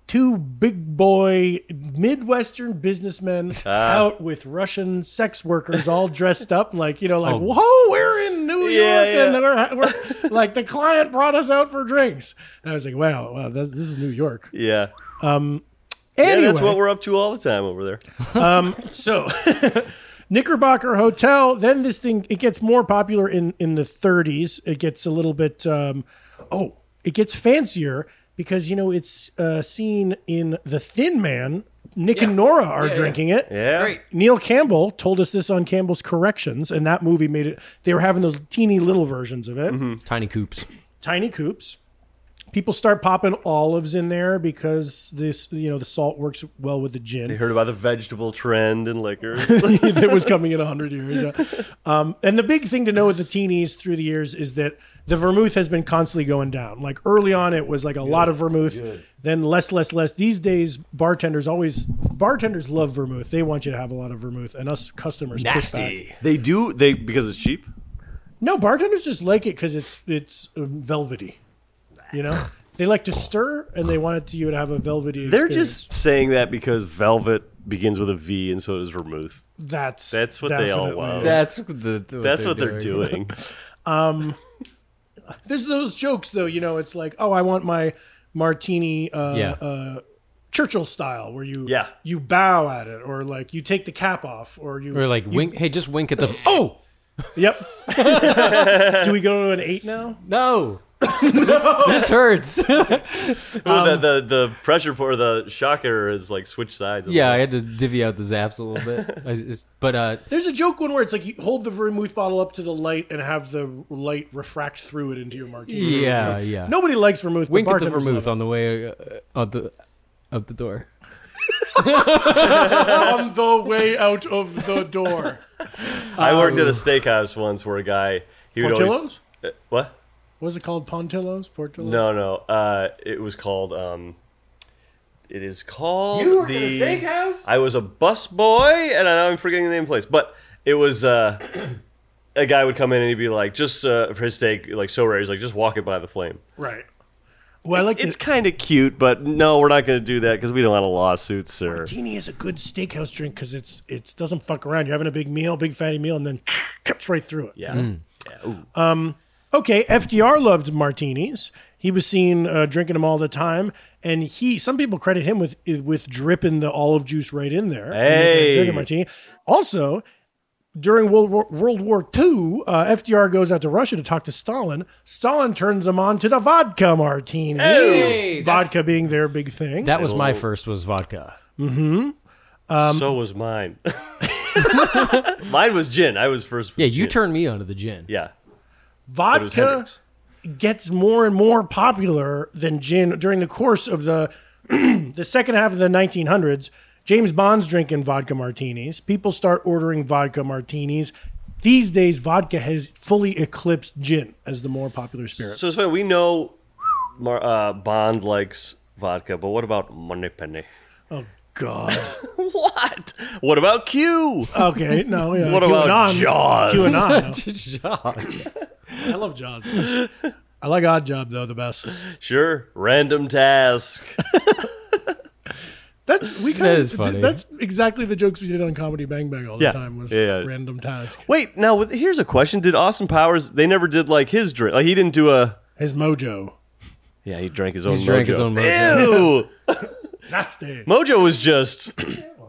C: two big boy Midwestern businessmen
B: [laughs] Ah.
C: out with Russian sex workers, all dressed up like you know, like
B: Oh.
C: whoa, we're in New
B: Yeah,
C: York,
B: yeah.
C: and we're, we're like the client brought us out for drinks, and I was like, wow, wow, this, this is New York.
B: Yeah.
C: Um,
B: yeah, that's
C: anyway,
B: what we're up to all the time over there.
C: um, so [laughs] Knickerbocker Hotel. Then this thing it gets more popular in in the 30s. It gets a little bit um, oh, it gets fancier because you know it's uh, seen in The Thin Man. Nick and Nora are
B: Yeah, yeah.
C: drinking it.
B: Yeah. Great.
C: Neil Campbell told us this on Campbell's Corrections, and that movie made it. They were having those teeny little versions of it
A: Tiny coops.
C: tiny coops. People start popping olives in there because this, you know, the salt works well with the gin.
B: They heard about the vegetable trend in
C: [laughs]
B: liquor.
C: that was coming in 100 years. Um, and the big thing to know with the teenies through the years is that the vermouth has been constantly going down. Like early on, it was like a lot of vermouth, then less, less, less. These days, bartenders always, bartenders love vermouth. They want you to have a lot of vermouth, and us customers push back.
B: [laughs] They do they because it's cheap.
C: No, bartenders just like it because it's it's um, velvety. You
B: [sighs]
C: know, they like to stir, and they want it to you to have a velvety.
B: They're
C: experience.
B: just saying that because velvet begins with a V and so does vermouth.
C: That's
B: that's what they all
C: definitely-
B: love.
C: That's
A: the,
B: that's what they're [laughs] doing.
C: Um, there's those jokes though. You know, it's like, oh, I want my martini, uh,
B: Yeah.
C: uh, Churchill style, where you
B: Yeah.
C: you bow at it, or like you take the cap off, or you
A: Or like
C: you-
A: wink. Hey, just wink at the. Oh,
C: Yep. [laughs] Do we go to an eight now?
A: [laughs] No. this, this hurts.
B: Well, the, the the pressure for the shocker is like switch sides. a
A: yeah, I
B: little.
A: had to divvy out the zaps a little bit. I just- but uh,
C: There's a joke one where it's like you hold the vermouth bottle up to the light and have the light refract through it into your martini. It's
A: yeah,
C: like-
A: yeah.
C: Nobody likes vermouth. but
A: Wink at the
C: bartenders love
A: vermouth on the way uh, out the out the door.
C: on [laughs] the way out of the door.
B: I worked at a steakhouse once where a guy he would always
C: Portillo's?
B: Uh, what?
C: What is it called? Pontillos? Portillos?
B: No, no. Uh, it was called. Um, it is called.
C: You worked at a
B: the,
C: steakhouse?
B: I was a bus boy, and I know I'm forgetting the name of the place, but it was. Uh, a guy would come in and he'd be like, just uh, for his sake, like so rare, he's like, just walk it by the flame.
C: Right. Well, I like
B: It's kind of cute, but no, we're not going to do that because we don't want a lawsuit, sir.
C: Martini is a good steakhouse drink because it's it doesn't fuck around. You're having a big meal, big fatty meal, and then [sniffs] cuts right through it.
B: Yeah.
C: Um, okay, FDR loved martinis. He was seen uh, drinking them all the time, and he. Some people credit him with with dripping the olive juice right in there. and making a
B: Hey.
C: drinking martini. Also, during World War, World War II, uh, FDR goes out to Russia to talk to Stalin. Stalin turns him on to the vodka martini.
A: Hey, that's-
C: vodka being their big thing.
A: That was my first was vodka.
C: Mm-hmm.
B: so was mine. [laughs] mine was gin. I was first.
A: Yeah, you turned me onto the gin. [laughs]
B: Yeah. it was
C: vodka
B: Hendrix.
C: gets more and more popular than gin during the course of the [clears throat] the second half of the 1900s. James Bond's drinking vodka martinis. People start ordering vodka martinis. These days, vodka has fully eclipsed gin as the more popular
B: [laughs]
C: spirit.
B: So it's funny. We know Mar- uh, Bond likes vodka, but what about Money Penny?
C: oh God!
B: [laughs]
C: Uh,
B: what? What about Q?
C: Okay, no. Yeah.
B: What about Jaws?
C: QAnon.
A: Jaws.
C: I
B: [laughs]
C: love Jaws. I like Odd Job though the best.
B: Sure. Random task.
C: That's we kind
B: That
C: of
B: is funny.
C: that's exactly the jokes we did on Comedy Bang Bang all the
B: Yeah.
C: time was
B: Yeah, yeah.
C: random task.
B: Wait, now with- here's a question. Did Austin Powers? They never did like his drink. Like he didn't do a.
C: His mojo.
B: Yeah, he drank his
A: He
B: own.
A: drank
B: mojo.
A: his own mojo. [laughs]
B: Ew.
C: Nasty.
B: mojo was just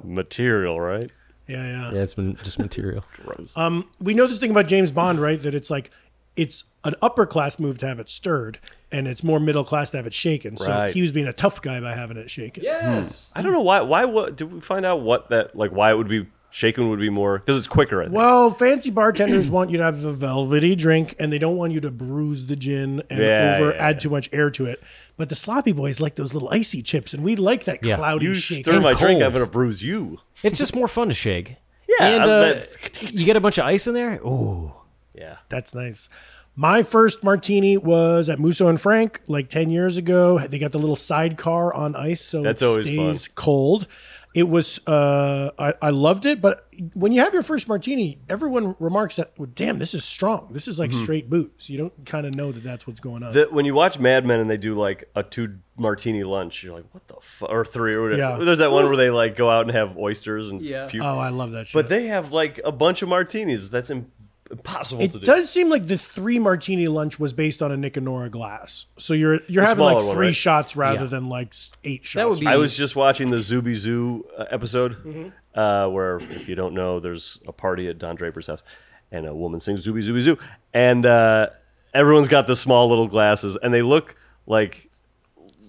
B: material, right?
C: Yeah, yeah.
A: Yeah, it's been
B: [laughs]
A: just material.
B: Gross.
C: Um, we know this thing about James Bond, right? That it's like it's an upper class move to have it stirred, and it's more middle class to have it shaken. So
B: Right.
C: he was being a tough guy by having it shaken.
A: Yes.
B: I don't know why. Why? What? Did we find out what that like? Why it would be shaken would be more because it's quicker. I think.
C: Well, fancy bartenders want you to have a velvety drink, and they don't want you to bruise the gin and
B: Yeah,
C: over
B: yeah,
C: add too much air to it. But the sloppy boys like those little icy chips, and we like that
A: Yeah.
C: cloudy
B: you
C: shake.
B: stir my drink, I'm
A: cold.
B: gonna bruise you.
A: It's just more fun to shake.
B: Yeah,
A: and
B: I'm
A: uh,
B: that-
A: you get a bunch of ice in there. Ooh,
B: Yeah.
C: That's nice. My first martini was at Musso and Frank like 10 years ago. They got the little sidecar on ice, so
B: That's
C: it
B: always
C: stays cold. It was, uh, I, I loved it, but when you have your first martini, everyone remarks that, well, damn, this is strong. This is like straight booze. You don't kind of know that that's what's going on.
B: Mm-hmm. The, when you watch Mad Men and they do like a two martini lunch, you're like, what the fuck? Or three or whatever.
C: Yeah.
B: There's that one where they like go out and have oysters and
A: Yeah.
B: puke.
C: oh, I love that shit.
B: But they have like a bunch of martinis. That's Im- impossible to
C: It
B: do.
C: does seem like the three martini lunch was based on a Nicanora glass. So you're you're
B: The
C: having like
B: smaller
C: three
B: one, right?
C: shots rather
A: Yeah.
C: than like s- eight shots.
A: That would be-
B: I was just watching the Zuby Zoo uh, episode, uh, where if you don't know, there's a party at Don Draper's house, and a woman sings Zuby Zuby Zoo, and uh, everyone's got the small little glasses, and they look like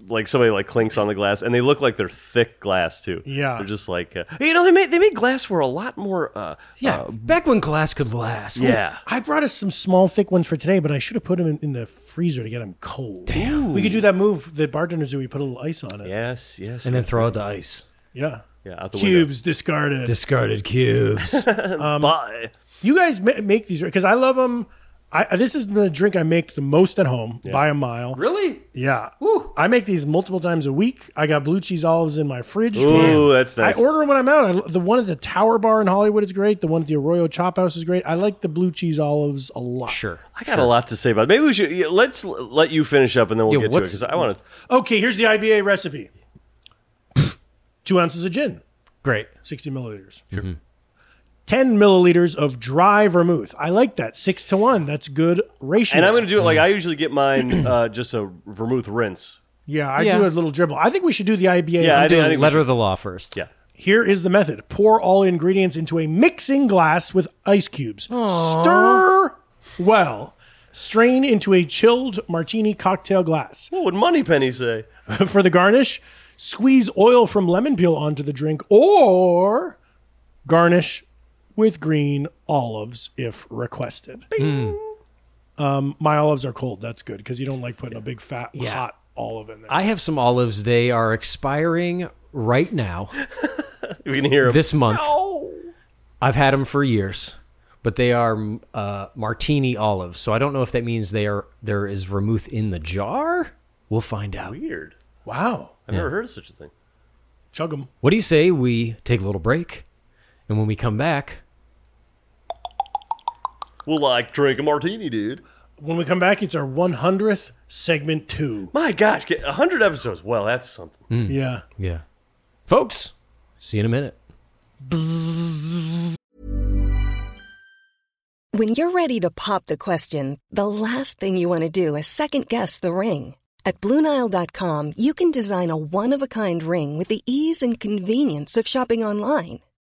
B: like somebody like clinks on the glass, and they look like they're thick glass too.
C: Yeah.
B: they're just like uh, you know they made they made glassware a lot more. Uh,
A: yeah.
B: uh,
A: back when glass could last.
B: yeah.
C: I brought us some small, thick ones for today, but I should have put them in, in the freezer to get them cold. Damn. We could do that move that bartenders do. We put a little ice on it.
B: Yes, yes.
A: and then throw out the ice.
C: Yeah.
B: yeah, out the window.
C: Cubes discarded.
A: Discarded
B: [laughs]
A: cubes.
B: Bye.
C: you guys ma- make these because I love them. I, this is the drink I make the most at home by a mile.
A: really?
C: Yeah. I make these multiple times a week. I got blue cheese olives in my fridge.
B: Ooh, that's nice.
C: I order them when I'm out. I, lo- the one at the Tower Bar in Hollywood is great. The one at the Arroyo Chop House is great. I like the blue cheese olives a lot.
A: Sure.
B: I got a lot to say about. It. Maybe we should yeah, let's l- let you finish up, and then we'll
A: Yeah,
B: get to it
A: what's-
B: because I want to.
C: Okay, here's the IBA recipe [sniffs] two ounces of gin.
A: Great.
C: 60 milliliters. 10 milliliters of dry vermouth. I like that. Six to one. That's good ratio.
B: And I'm going to do it like I usually get mine, uh, just a vermouth rinse.
C: Yeah, I
A: Yeah.
C: do a little dribble. I think we should do the IBA.
B: Yeah, I think, I think we
A: Letter of the law first.
B: should- yeah.
C: Here is the method pour all ingredients into a mixing glass with ice cubes. Stir well. Strain into a chilled martini cocktail glass.
B: What would Money Penny say?
C: For the garnish, squeeze oil from lemon peel onto the drink or garnish with green olives if requested. Um, my olives are cold. That's good because you don't like putting a big fat hot olive in there.
A: I have some olives. They are expiring right now
B: We can hear him.
A: this month. I've had them for years, but they are uh, martini olives. So I don't know if that means they are there is vermouth in the jar. We'll find out.
B: weird.
C: wow.
B: I've never heard of such a thing.
C: Chug them.
A: What do you say we take a little break, and when we come back,
B: will like drink a martini, dude.
C: When we come back, it's our 100th segment two.
B: My gosh, get 100 episodes. Well, that's something.
C: Yeah.
A: mm, Yeah. Folks, see you in a minute.
J: When you're ready to pop the question, the last thing you want to do is second guess the ring. At Bluenile.com, you can design a one of a kind ring with the ease and convenience of shopping online.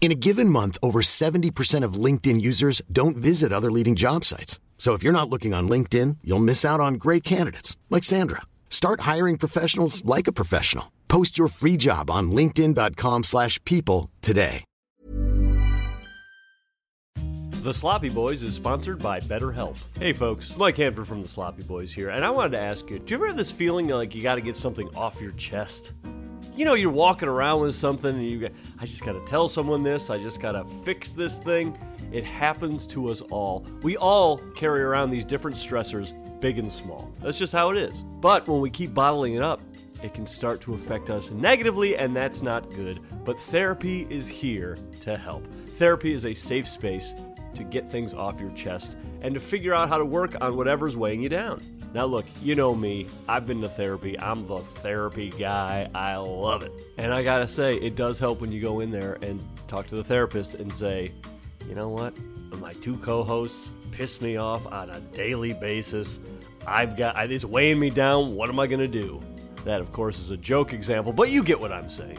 K: In a given month, over 70% of LinkedIn users don't visit other leading job sites. So if you're not looking on LinkedIn, you'll miss out on great candidates like Sandra. Start hiring professionals like a professional. Post your free job on linkedin.com/people slash people today.
B: The Sloppy Boys is sponsored by BetterHelp. Hey folks, Mike Hanford from The Sloppy Boys here, and I wanted to ask you, do you ever have this feeling like you gotta get something off your chest? You know, you're walking around with something and you go, I just gotta tell someone this, I just gotta fix this thing. It happens to us all. We all carry around these different stressors, big and small. That's just how it is. But when we keep bottling it up, it can start to affect us negatively, and that's not good. But therapy is here to help. Therapy is a safe space to get things off your chest and to figure out how to work on whatever's weighing you down. Now, look, you know me. I've been to therapy. I'm the therapy guy. I love it. And I gotta say, it does help when you go in there and talk to the therapist and say, you know what? My two co hosts piss me off on a daily basis. I've got, it's weighing me down. What am I gonna do? That, of course, is a joke example, but you get what I'm saying.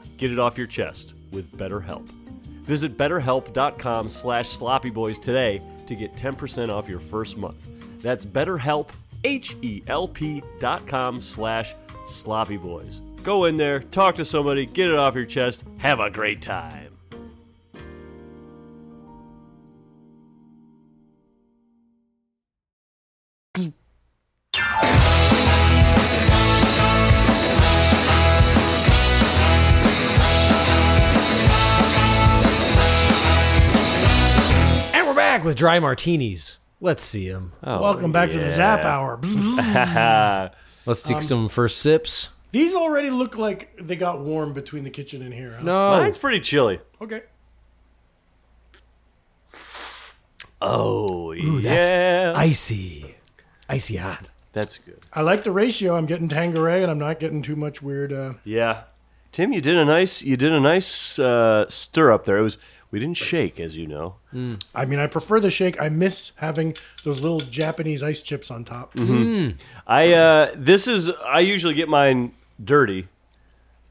B: get it off your chest with BetterHelp. Visit betterhelp.com slash sloppyboys today to get 10% off your first month. That's betterhelp, H-E-L-P dot com slash sloppyboys. Go in there, talk to somebody, get it off your chest, have a great time.
A: And we're back with dry martinis. Let's see them.
C: Welcome back to the Zap Hour. [laughs]
B: [laughs]
A: Let's take some first sips.
C: These already look like they got warm between the kitchen and here. Huh?
A: No.
B: Mine's pretty chilly.
C: Okay.
B: Oh,
A: Ooh, that's
B: yeah.
A: icy. Icy hot.
B: That's good.
C: I like the ratio. I'm getting Tangeray, and I'm not getting too much weird. Uh,
B: Yeah, Tim, you did a nice you did a nice uh, stir up there. It was we didn't shake, as you know.
C: I mean, I prefer the shake. I miss having those little Japanese ice chips on top.
A: Mm-hmm.
B: I uh, this is I usually get mine dirty,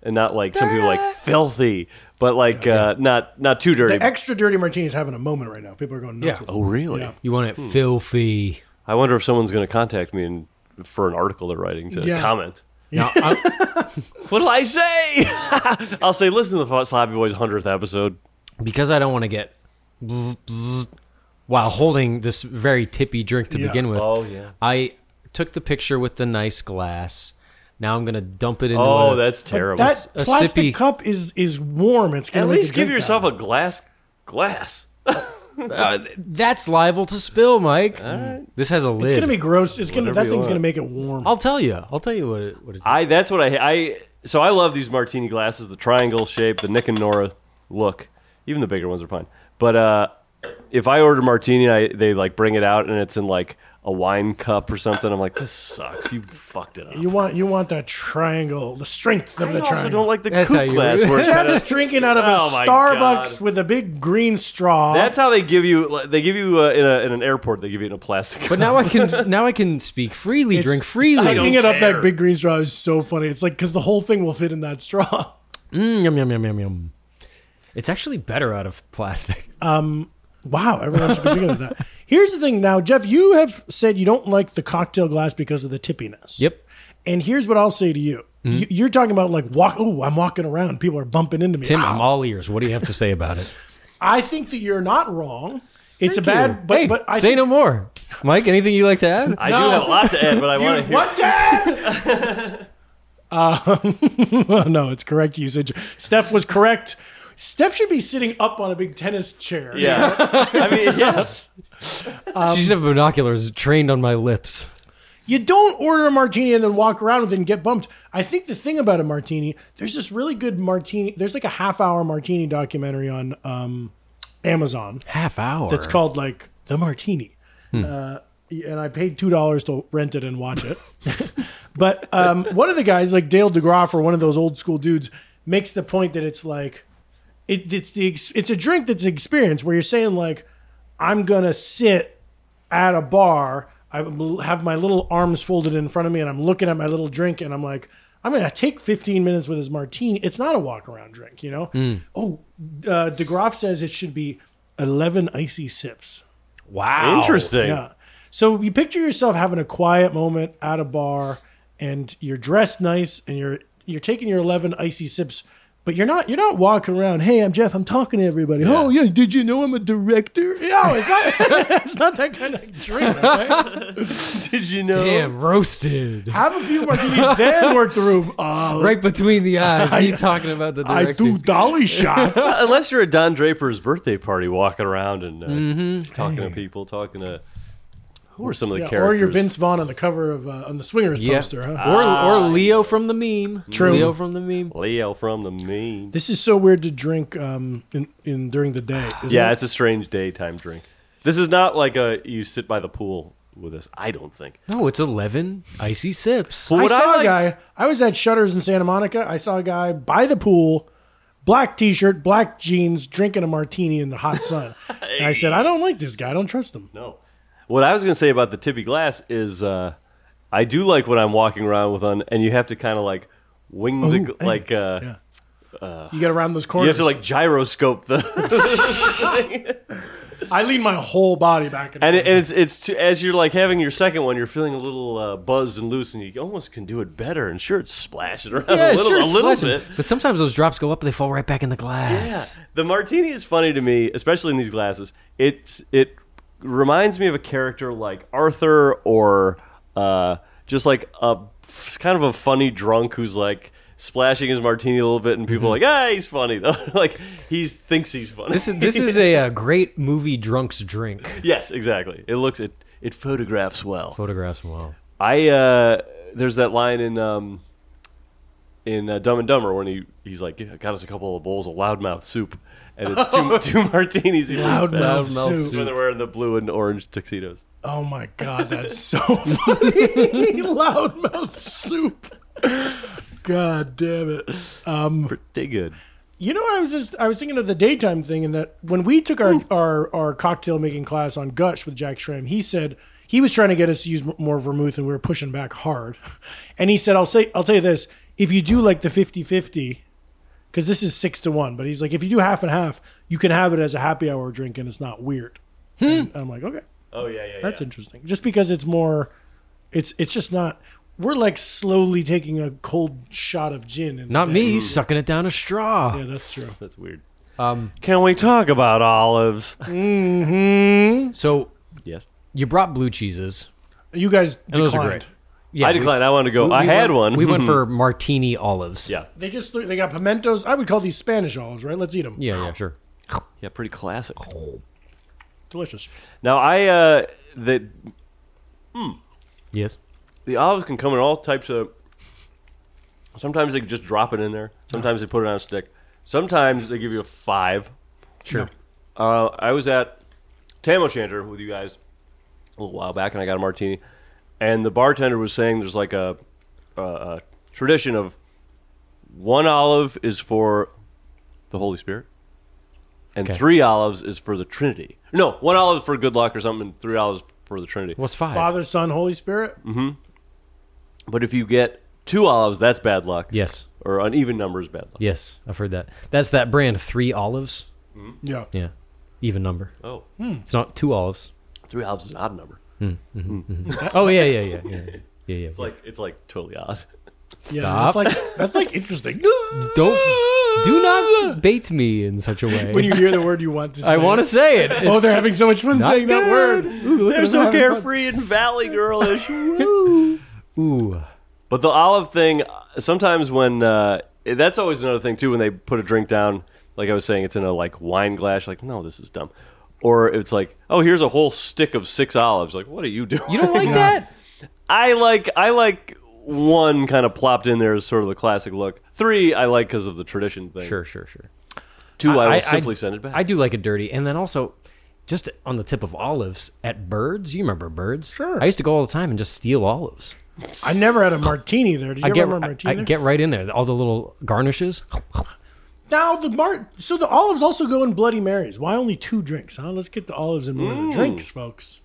B: and not like some people like filthy, but like uh, not not too dirty.
C: The extra dirty martini is having a moment right now. People are going nuts.
A: Yeah.
C: With
B: oh, really?
C: Yeah.
A: You want it filthy.
B: I wonder if someone's going to contact me and, for an article they're writing to
C: Yeah.
B: comment.
A: Now, I,
B: What'll I say? [laughs] I'll say, listen to the Sloppy Boys hundredth episode.
A: because I don't want to get bzz, bzz, while holding this very tippy drink to
E: Yeah.
A: begin with.
E: Oh, yeah.
A: I took the picture with the nice glass. Now I'm gonna dump it into.
B: Oh,
A: a,
B: that's
A: But
B: terrible.
A: s-
C: That
A: a
C: plastic
A: sippy.
C: cup is is warm. It's gonna
B: At
C: make
B: least
C: a
B: give
C: drink
B: yourself a glass glass.
A: Uh, that's liable to spill, Mike. This has a
C: better.
A: lid.
C: It's gonna be gross. It's gonna
B: Whatever
C: that
B: you
C: thing's
B: want.
C: gonna make it warm.
A: I'll tell you. I'll tell you what it, what it's.
B: I that's what I I so I love these martini glasses, the triangle shape, the Nick and Nora look. Even the bigger ones are fine. But uh if I order martini, I they like bring it out and it's in like a wine cup or something. I'm like, this sucks. You fucked it up.
C: You want you want that triangle, the strength of
B: I
C: the
B: also
C: triangle.
B: don't like the That's coupe how you- glass where it's kinda-
C: Jeff's drinking out of a
B: Oh my
C: Starbucks
B: God.
C: with a big green straw.
B: That's how they give you. They give you uh, in, a, in an airport. They give you in a plastic.
A: But now I
C: [laughs]
A: can now I can speak freely,
C: It's-
A: drink freely.
C: Sucking it up that big green straw is so funny. It's like because the whole thing will fit in that [laughs] straw.
A: Mm, yum yum yum yum yum. It's actually better out of
C: [laughs]
A: plastic.
C: Um, wow, everyone should be thinking of
A: [laughs]
C: that. Here's the thing now, Jeff, you have said you don't like the cocktail glass because of the tippiness.
A: Yep.
C: And here's what I'll say to you.
A: Mhm.
C: You- You're talking about like walk. Oh, I'm walking around. People are bumping into me.
A: Tim,
C: Ow.
A: I'm all ears. What do you have to say about it?
C: I think that you're not wrong. It's a
A: Thank
C: bad,
A: you.
C: but
A: Hey,
C: but I
A: say no more, Mike. Anything you would like to add?
B: [laughs] I do have a lot to add, but I
C: You-
B: want to hear.
C: what,
A: [laughs]
C: Um, [laughs] no, it's correct usage. Steph was correct. Steph should be sitting up on a big tennis chair.
B: Yeah. I
C: [laughs]
B: mean, yeah.
A: she should have binoculars trained on my lips.
C: You don't order a martini and then walk around with it and get bumped. I think the thing about a martini, there's this really good martini. There's like a half hour martini documentary on um, Amazon.
A: Half hour.
C: That's called like The Martini.
A: Hmm.
C: Uh, and I paid $2 to rent it and watch it. [laughs] but um, one of the guys, like Dale DeGroff or one of those old school dudes, makes the point that it's like, it, it's the ex- it's a drink that's an experience where you're saying like I'm gonna sit at a bar. I will have my little arms folded in front of me, and I'm looking at my little drink, and I'm like, I'm gonna take 15 minutes with his martini. It's not a walk around drink, you know. Oh, uh, DeGroff says it should be 11 icy sips.
A: Wow. Interesting.
C: Yeah. So you picture yourself having a quiet moment at a bar and you're dressed nice and you're you're taking your 11 icy sips but you're not you're not walking around, "Hey, I'm Jeff. I'm talking to everybody." Oh, yeah, did you know I'm a director? No, it's [laughs] not it's not that kind of drink, okay?
B: [laughs] Did you know?
A: Damn, roasted.
C: Have a few martinis then work the room. Uh,
A: Right between the eyes.
C: I-
A: Me talking about the
C: I
A: director.
C: do dolly [laughs] shots.
B: Uh, Unless you're at Don Draper's birthday party, walking around and uh,
A: Mhm.
B: talking to people, talking to who are some of
C: Mm-hmm.
B: the
C: Yeah,
B: characters?
C: or you're Vince Vaughn on the cover of uh, on the Swingers
B: Yeah.
C: poster, huh?
A: Or or Leo from the meme.
C: True.
A: Leo from the meme.
B: Leo from
C: [laughs]
B: the meme.
C: This is so weird to drink um, in, in during the day. isn't
B: yeah,
C: it?
B: it's a strange daytime drink. This is not like a you sit by the pool with this. I don't think.
A: No, it's eleven icy sips.
C: I saw a guy. I was at Shutters in Santa Monica. I saw a guy by the pool, black T-shirt, black jeans, drinking a martini in the hot sun. And I said, I don't like this guy. I don't trust him.
B: No. What I was going to say about the tippy glass is uh, I do like when I'm walking around with one and you have to kind of like wing the,
C: Ooh,
B: gl-
C: Oh, hey,
B: like, uh, uh,
C: You get around those
B: you
C: corners.
B: have to like gyroscope the, [laughs]
C: [laughs] I lean my whole body back. And,
B: and, it, and it's, it's too, as you're like having your second one, you're feeling a little uh, buzzed and loose and you almost can do it better. And sure, it's splashing around a little, a
A: it's
B: little
A: splashing.
B: bit.
A: But sometimes those drops go up and they fall right back in the
B: Yeah,
A: glass.
B: the martini is funny to me, especially in these glasses. It's it reminds me of a character like Arthur or uh, just like a f- kind of a funny drunk who's like splashing his martini a little bit, and people are like, ah, he's funny though. [laughs] like he thinks he's funny.
A: Mm-hmm. This is this is a, uh great movie drunks drink.
B: [laughs] yes, exactly. It looks it it photographs well.
A: Photographs well.
B: I uh, there's that line in um, in uh, Dumb and Dumber when he he's like got us a couple of bowls of loudmouth soup, and it's
A: [laughs]
B: two two martinis. he brings back.
C: Loudmouth Loudmouth soup.
B: when they're wearing the blue and orange tuxedos.
C: oh my god, that's so [laughs] funny. Loudmouth soup. God damn it. Um,
B: Pretty good.
C: You know, what I was just I was thinking of the daytime thing, and that when we took our
B: Hmm.
C: our, our cocktail making class on Gush with Jack Schramm, he said he was trying to get us to use m- more vermouth, and we were pushing back hard. [laughs] And he said, "I'll say I'll tell you this: if you do like the 50-50, because this is six to one, but he's like, if you do half and half, you can have it as a happy hour drink, and it's not weird." And I'm like, okay,
B: Hmm. Oh yeah, yeah.
C: that's interesting. Just because it's more, it's it's just not. We're like slowly taking a cold shot of gin. And
A: Not me
C: and-
A: sucking it down a straw.
C: Yeah, that's true.
B: That's weird.
A: Um,
B: Can we talk about olives?
A: Mm-hmm. So
B: Yes.
A: you brought blue cheeses.
C: You guys
A: and those are
C: declined.
A: great.
B: I declined. I wanted to go. I had
A: went-
B: one.
A: We [laughs] went for martini olives.
B: Yeah.
C: They just they got pimentos. I would call these Spanish olives, right? Let's eat them.
A: Yeah, yeah, sure.
B: [laughs] Yeah, pretty classic.
C: Delicious.
B: Now I uh the
A: Yes.
B: the olives can come in all types of sometimes they just drop it in there. Sometimes they put it on a stick. Sometimes they give you a five.
A: Sure.
B: Uh, I was at Tam O'Shanter with you guys a little while back, and I got a martini. And the bartender was saying there's like a, a, a tradition of one olive is for the Holy Spirit, and
A: Okay.
B: three olives is for the Trinity. No, one olive for good luck or something, and three olives for the Trinity.
A: What's five? Mm-hmm.
C: Father, Son, Holy Spirit.
B: hmm But if you get two olives, that's bad luck.
A: Yes.
B: Or an even number is bad luck.
A: Yes, I've heard that. That's that brand, Three Olives.
C: Yeah.
A: Yeah. Even number.
B: Oh,
A: It's not two olives.
B: three olives is an odd number.
A: Mm, mhm, mhm. oh, yeah, yeah, yeah. Yeah, yeah. yeah.
B: It's like it's like totally odd.
C: Yeah,
A: Stop.
C: That's like that's like interesting.
A: [laughs]
C: [laughs]
A: Don't do not bait me in such a way.
C: when you hear the word you want to say.
A: I want to say it.
C: Oh, they're
A: It's
C: having so much fun
A: not
C: saying that word.
A: good. Ooh, look at
B: They're
A: them [laughs]
B: so [laughs]
A: having fun.
B: carefree and valley
A: [laughs]
B: girlish. Woo.
A: Ooh.
B: But the olive thing, sometimes when uh, that's always another thing too. When they put a drink down, like I was saying, it's in a like wine glass. Like, no, this is dumb. Or it's like, oh, here's a whole stick of six olives. Like, what are you doing?
A: You don't like that?
B: [laughs] I like I like one kind of plopped in there as sort of the classic look. Three, I like because of the tradition thing.
A: Sure, sure, sure.
B: Two, I, will simply send it back.
A: I do like it dirty, and then also, just on the tip of olives at birds. You remember birds?
C: Sure.
A: I used to go all the time and just steal olives.
C: I never had a martini there. Did you
A: I
C: ever
A: get
C: have a
A: I,
C: martini?
A: I
C: there?
A: get right in there. All the little garnishes.
C: Now the mar so the olives also go in Bloody Marys. Why only two drinks? Huh? Let's get the olives in more
A: Mm.
C: than the drinks, folks.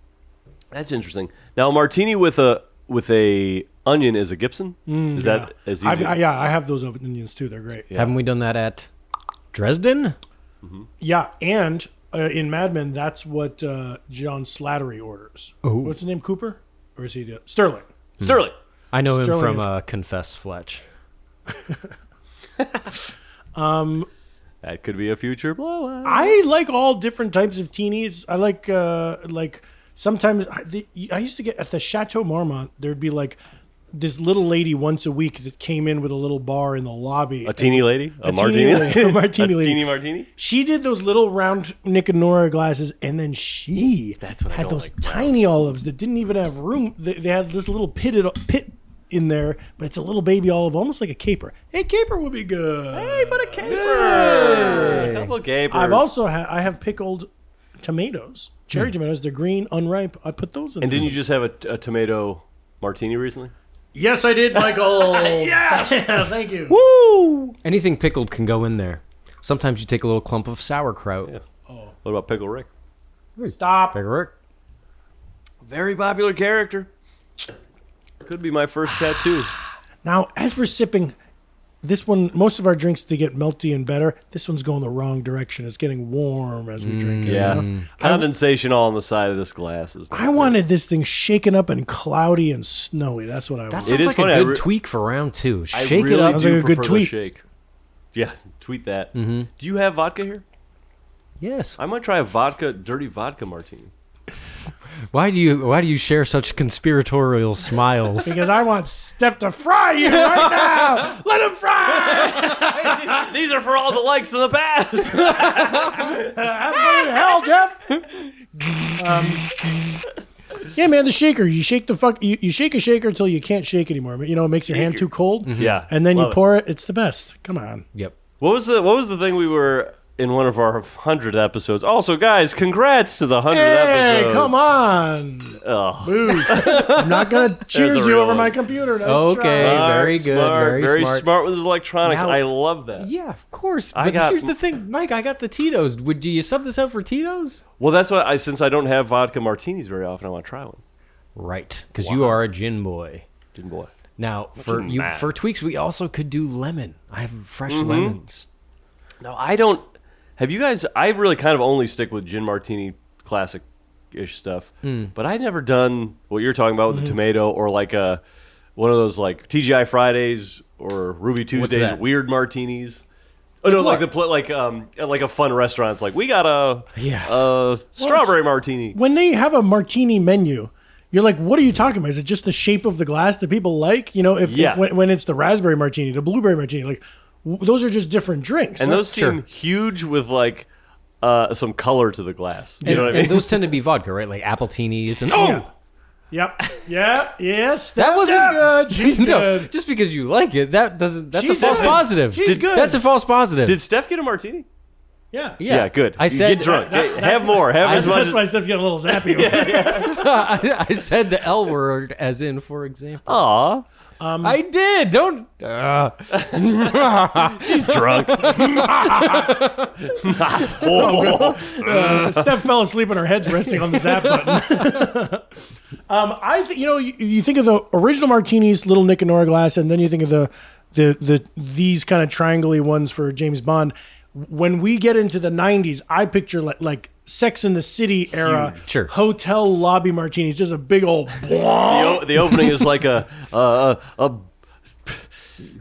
B: That's interesting. Now, a martini with a with a onion is a Gibson. is that as
C: I've,
B: easy?
C: I, Mm, yeah, I have those oven onions too. They're great. Yeah,
A: Haven't we done that at Dresden?
C: and uh, in Mad Men, that's what uh, John Slattery orders.
A: Oh.
C: what's his name? Cooper, or is he the, Sterling?
B: Sterling.
A: I know him
C: Sterling
A: from
C: is-
A: uh, Confess Fletch.
B: That could be a future blowout.
C: I like all different types of teenies. I like uh like sometimes I, the, I used to get at the Chateau Marmont. There'd be like this little lady once a week that came in with a little bar in the lobby.
B: A teeny lady, a,
C: A teeny
B: martini,
C: lady,
B: [laughs]
C: a martini lady.
B: teeny martini.
C: She did those little round Nick and Nora glasses, and then she
B: what I
C: had
B: don't
C: those
B: like,
C: tiny olives that didn't even have room. They, they had this little pitted pit in there, but it's a little baby olive, almost like a caper. Hey, caper would be good.
B: Hey, but a caper, a couple capers.
C: I've also ha- I have pickled tomatoes, cherry tomatoes. They're green, unripe. I put those in.
B: and
C: there.
B: didn't you just have a, a tomato martini recently?
C: Yes, I did, Michael. [laughs] yes, thank you.
B: Woo!
A: Anything pickled can go in there. Sometimes you take a little clump of sauerkraut.
B: What about Pickle Rick?
C: Stop.
A: Big work.
B: Very popular character. Could be
C: [sighs]
B: my first tattoo.
C: Now, as we're sipping, this one, most of our drinks they get melty and better. This one's going the wrong direction. It's getting warm as we drink it. you
B: Yeah,
C: know?
B: condensation all on the side of this glass is. not
C: I
B: good.
C: wanted this thing shaken up and cloudy and snowy. That's what I
A: That
C: want.
A: sounds
B: is
A: like
B: funny, I
A: a good
B: re-
A: tweak for round two.
B: I
A: Shake
B: really
A: it up.
C: Sounds like
B: do
C: a good
B: prefer the
C: tweet.
B: Shake. Yeah, tweet that.
A: Mm-hmm.
B: Do you have vodka here?
A: Yes.
B: I might try a vodka, dirty vodka martini.
A: Why do you Why do you share such conspiratorial
B: [laughs]
A: smiles?
C: Because I want Steph to fry you [laughs] right now. Let him fry.
B: These are for all the likes in the past. [laughs]
C: I'm in hell, Jeff. Um, yeah, man, the shaker. You shake the fuck. You, you shake a shaker until you can't shake anymore. You know, it makes your hand too cold.
B: Yeah,
C: and then you
B: love it.
C: pour it. It's the best. Come on.
A: yep.
B: What was the What was the thing we were in one of our hundred episodes? Also, guys, congrats to the hundred
C: Hey,
B: episodes.
C: come on.
B: Ugh.
C: Boo. I'm not
A: [laughs]
C: gonna cheers
B: a
C: you
B: real
C: over
B: one.
C: my computer. Nice
A: Okay.
C: try.
B: Smart,
A: very good,
B: smart,
A: very smart.
B: with his electronics.
A: Now-
B: I love that.
A: Yeah, of course.
B: I
A: But
B: got-
A: here's the thing, Mike. I got the Tito's. Would do you sub this out for Tito's?
B: Well, that's why I since I don't have vodka martinis very often, I want to try one.
A: Right, because you are a gin boy.
B: Didn't boy.
A: Now for you
B: matter.
A: for tweaks, we also could do lemon. I have fresh
B: Mm-hmm.
A: lemons.
B: No, I don't. Have you guys? I really kind of only stick with gin martini classic ish stuff,
A: Hmm.
B: but I never done what you're talking about with
A: Mm-hmm.
B: the tomato or like uh, a one of those like TGI Fridays or Ruby Tuesdays
A: that?
B: weird martinis. Oh no, like the pl- like um like a fun restaurant. It's like we got a yeah a strawberry martini.
C: When they have a martini menu, you're like, what are you talking about? Is it just the shape of the glass that people like? You know, if
B: Yeah.
C: when, when it's the raspberry martini, the blueberry martini, like w- those are just different drinks.
B: And those seem huge with like uh some color to the glass. You
A: and,
B: know what I
A: and
B: mean?
A: those tend to be vodka, right? Like
B: [laughs]
A: appletinis and oh,
C: Yep. Yeah. Yes.
A: [laughs] that
C: that's
A: wasn't
C: good. She's
A: [laughs] no,
C: good.
A: just because you like it, that doesn't. That's
C: She's
A: a false
C: good.
A: positive.
C: She's
A: Did-
C: good.
A: That's a false positive.
B: Did Steph get a martini?
C: Yeah.
B: Yeah, good.
A: I
B: You
A: said
B: get
A: [laughs]
B: drunk.
A: I,
B: Hey, have more. Have
A: I-
B: as much.
C: That's
B: As,
C: why Steph's getting a little zappy.
B: [laughs]
C: Over there.
A: I said the L word, as in, for example.
B: Aw, Um,
A: I did. Don't. Uh,
C: [laughs]
B: he's drunk.
C: Uh, Steph fell asleep and her head's resting on the
B: [laughs]
C: zap button. [laughs] um, I, th- you know, you, you think of the original martinis, little Nicanora glass, and then you think of the the the these kind of triangly ones for James Bond. When we get into the '90s, I picture like like Sex in the City era
A: Sure.
C: hotel lobby martinis, just a big old
B: the, o- the opening is like a uh, a. a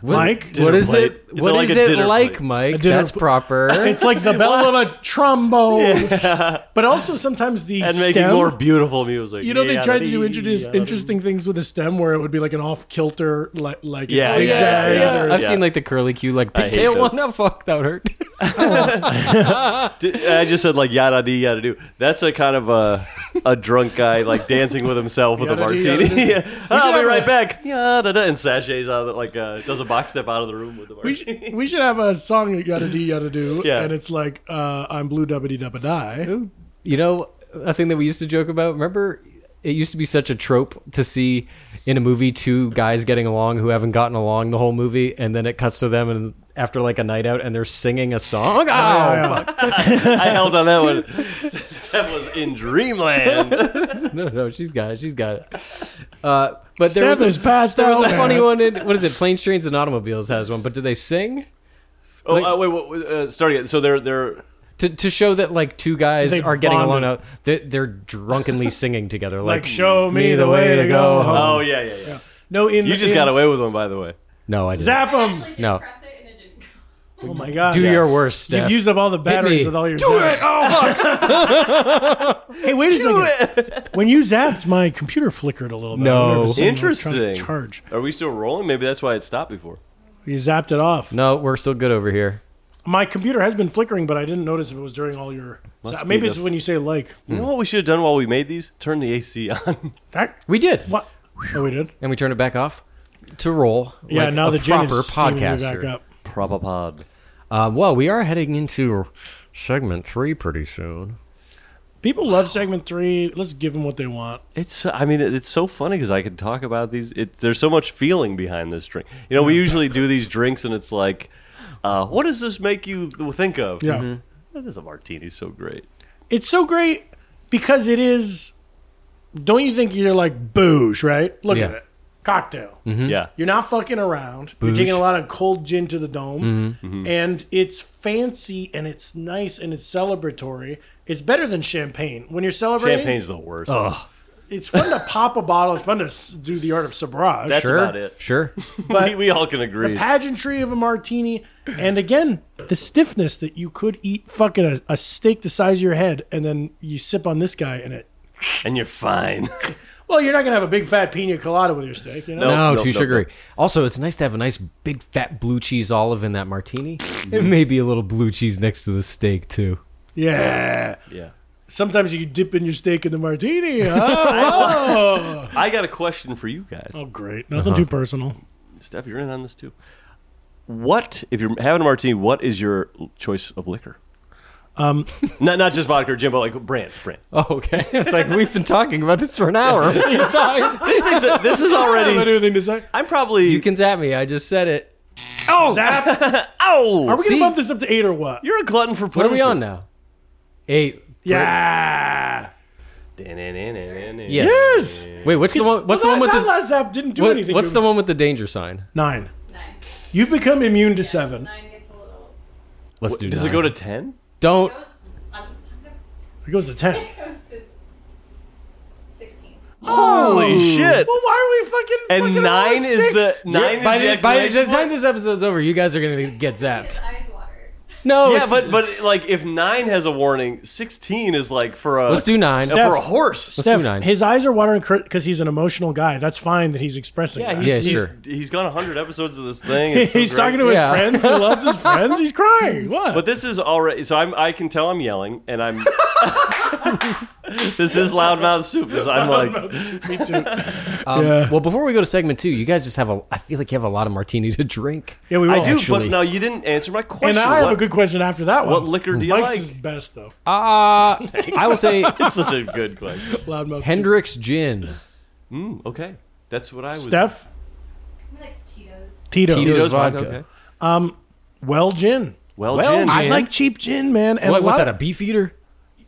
C: Mike.
A: what is
B: plate.
A: it?
B: It's
A: What
B: like
A: is
B: a
A: it
B: dinner
A: like,
B: plate.
A: Mike?
C: dinner
A: That's
C: pl-
B: [laughs]
A: proper.
C: It's like the bell of a trombone, but also sometimes the
B: and
C: stem.
B: making more beautiful music.
C: You know, they tried to do introduce
B: Yeah.
C: interesting things with a stem where it would be like an off kilter, like like it
B: Yeah, yeah,
C: zigzags.
B: yeah.
C: Or,
A: I've
B: Yeah.
C: [laughs]
A: seen like the curly Q, like
B: I hate
A: pigtail one.
B: those.
A: That fuck, that would hurt.
B: Did- I just said like yada dee yada do. That's a kind of a a drunk guy like dancing with himself with a
C: Yada dee,
B: [laughs] martini.
C: yada dee.
B: Yeah. I'll
C: have
B: be
C: a-
B: right back. Yada da, and sachets out of the, like uh, does a box step out of the room with the
C: we,
B: martini. [laughs]
C: should, we should have a song that yada dee yada do,
B: Yeah.
C: and it's like uh, I'm blue dubbity dubba die.
A: you know, a thing that we used to joke about. Remember, it used to be such a trope to see in a movie two guys getting along who haven't gotten along the whole movie, and then it cuts to them and after like a night out, and they're singing a song. Oh,
B: I held on that one. Steph was in
C: [laughs]
B: dreamland.
A: no, no, she's got it. She's got it. Uh, but there
C: Steph
A: was a,
C: is passed
A: there was
C: out,
A: a funny
C: man.
A: one in what is it? Planes, trains, and automobiles has one. But do they sing
B: Oh uh, wait, what, uh, starting it. So they're they're
A: to to show that like two guys
C: They
A: are getting along?
C: bonded.
A: Out, they're, they're drunkenly [laughs] singing together. Like,
C: Like show me the way to go home.
B: oh yeah yeah yeah.
C: No, in
B: You just
C: in,
B: got away with one by the way.
A: No, I didn't.
C: zap them.
I: Actually did
A: No.
I: press it and it didn't.
C: Oh my god,
A: Do your worst,
C: You've
A: Steph.
C: used up all the batteries
A: me.
C: with all your. Do it. Oh fuck. [laughs] hey, wait a second. When you zapped, my computer flickered a little bit.
A: No.
C: I've never seen an electronic
B: Interesting.
C: Charge.
B: Are we still rolling? Maybe that's why it stopped before.
C: You zapped it off.
A: no, we're still good over here.
C: My computer has been flickering, but I didn't notice if it was during all your.
B: Must
C: so-
B: be
C: maybe
B: the
C: it's when you say like
B: You know what we should have done while we made these? Turn the AC [laughs] on.
C: that.
A: We did,
C: What? Oh, we did.
A: and we turned it back off to roll.
C: Yeah.
A: like
C: now
A: a
C: the gin
A: proper
C: is steaming me
A: podcaster.
C: back up.
B: Probapod.
A: Uh, well, we are heading into segment three pretty soon.
C: People love segment three. Let's give them what they want.
B: It's. uh, I mean, it's so funny because I can talk about these. It, there's so much feeling behind this drink. You know, we usually do these drinks, and it's like, uh, what does this make you th- think of? Mm-hmm.
C: Yeah.
B: That is a martini. So great.
C: Mm-hmm. It's so great because it is. Don't you think you're like booze, right? Look
A: Yeah.
C: at it, cocktail.
B: Yeah.
C: You're not fucking around. You're taking a lot of cold gin to the dome, and it's fancy and it's nice and it's celebratory. It's better than champagne. When you're celebrating,
B: Champagne's the worst.
C: it's fun to pop a bottle. It's fun to s- do the art of sobrage.
B: That's
A: Sure,
B: about it. [laughs]
A: sure.
B: [laughs] we, we all can agree.
C: the pageantry of a martini, and again, the stiffness that you could eat fucking a, a steak the size of your head, and then you sip on this guy, and it.
B: and you're fine. [laughs]
C: Well, you're not gonna have a big fat pina colada with your steak, you know.
B: Nope,
A: No,
B: nope,
A: too
B: nope,
A: sugary.
B: nope.
A: Also, it's nice to have a nice big fat blue cheese olive in that martini. and maybe a little blue cheese next to the steak too.
C: Yeah.
B: yeah.
C: Sometimes you dip in your steak in the martini. Oh,
B: I got a question for you guys.
C: oh great. Nothing too personal.
B: Steph, you're in on this too. What if you're having a martini? What is your l- choice of liquor? Um, [laughs] not not just vodka or gin, but like brand, brand.
A: Oh, okay. [laughs] It's like we've been talking about this for an
B: [laughs]
A: hour.
B: This, thing's a- this is [laughs] already.
C: anything to say.
B: [laughs] I'm probably.
A: you can zap me. I just said it.
C: [laughs] Zap.
B: Ow!
C: Are we
A: See?
C: Oh. gonna bump this up to eight or what?
B: oh, You're a glutton for
A: What are
B: punishment.
A: we on now? Eight.
C: Yeah.
A: Yes.
C: Yes.
A: Wait, what's the one? What's the
C: Well,
A: one with
C: that- that
A: the?
C: last zap didn't do
A: what-
C: anything.
A: what's
C: to
A: the
C: me.
A: one with the danger sign?
C: nine?
I: Nine.
C: You've become immune to seven.
I: Nine gets a little.
A: Let's do.
B: Does
A: nine.
B: it go to ten?
A: Don't.
I: It goes. I'm, I'm gonna, [laughs]
C: It goes to ten.
I: it goes to sixteen.
B: Holy shit!
C: Well, why are we fucking?
B: And
C: fucking
B: nine
C: around
B: is
C: six?
B: the nine
A: By
B: is the
A: the, by the
B: exclamation
A: time this episode's over, you guys are gonna get zapped.
I: His eyes water.
A: No,
B: yeah,
A: it's-
B: but but like if nine has a warning, sixteen is like for a
A: Let's do nine.
B: uh, for a horse.
C: Steph, His eyes are watering because he's an emotional guy. That's fine that he's expressing.
B: yeah,
C: that.
B: he's, he's, he's gone hundred episodes of this
C: [laughs]
B: thing. It's [laughs] so
C: he's
B: great.
C: talking to his friends. He loves his friends. He's crying. What?
B: But this is already so I'm I can tell I'm yelling and I'm [laughs] this is loudmouth soup. 'cause I'm like
C: Me too.
A: Um,
C: Yeah.
A: Well, before we go to segment two, you guys just have a. I feel like you have a lot of martini to drink.
C: Yeah, we
B: I
C: will.
B: do,
A: Actually.
B: but no, you didn't answer my question.
C: And I have a
B: What-
C: good question after that one.
B: What liquor do you
C: Mike's
B: like?
C: is best though.
A: Uh, [laughs] I will say
B: it's such a good question.
C: Loudmouth.
A: Hendrix gin.
B: Mm, okay, that's what I was.
C: Steph. Tito's.
B: Tito's Tito's vodka, vodka. okay.
C: Um, well, gin.
B: Well gin.
C: I
B: gin.
C: like cheap gin, man. And
A: What-
C: a
A: what's
C: lot
A: that, a beef eater?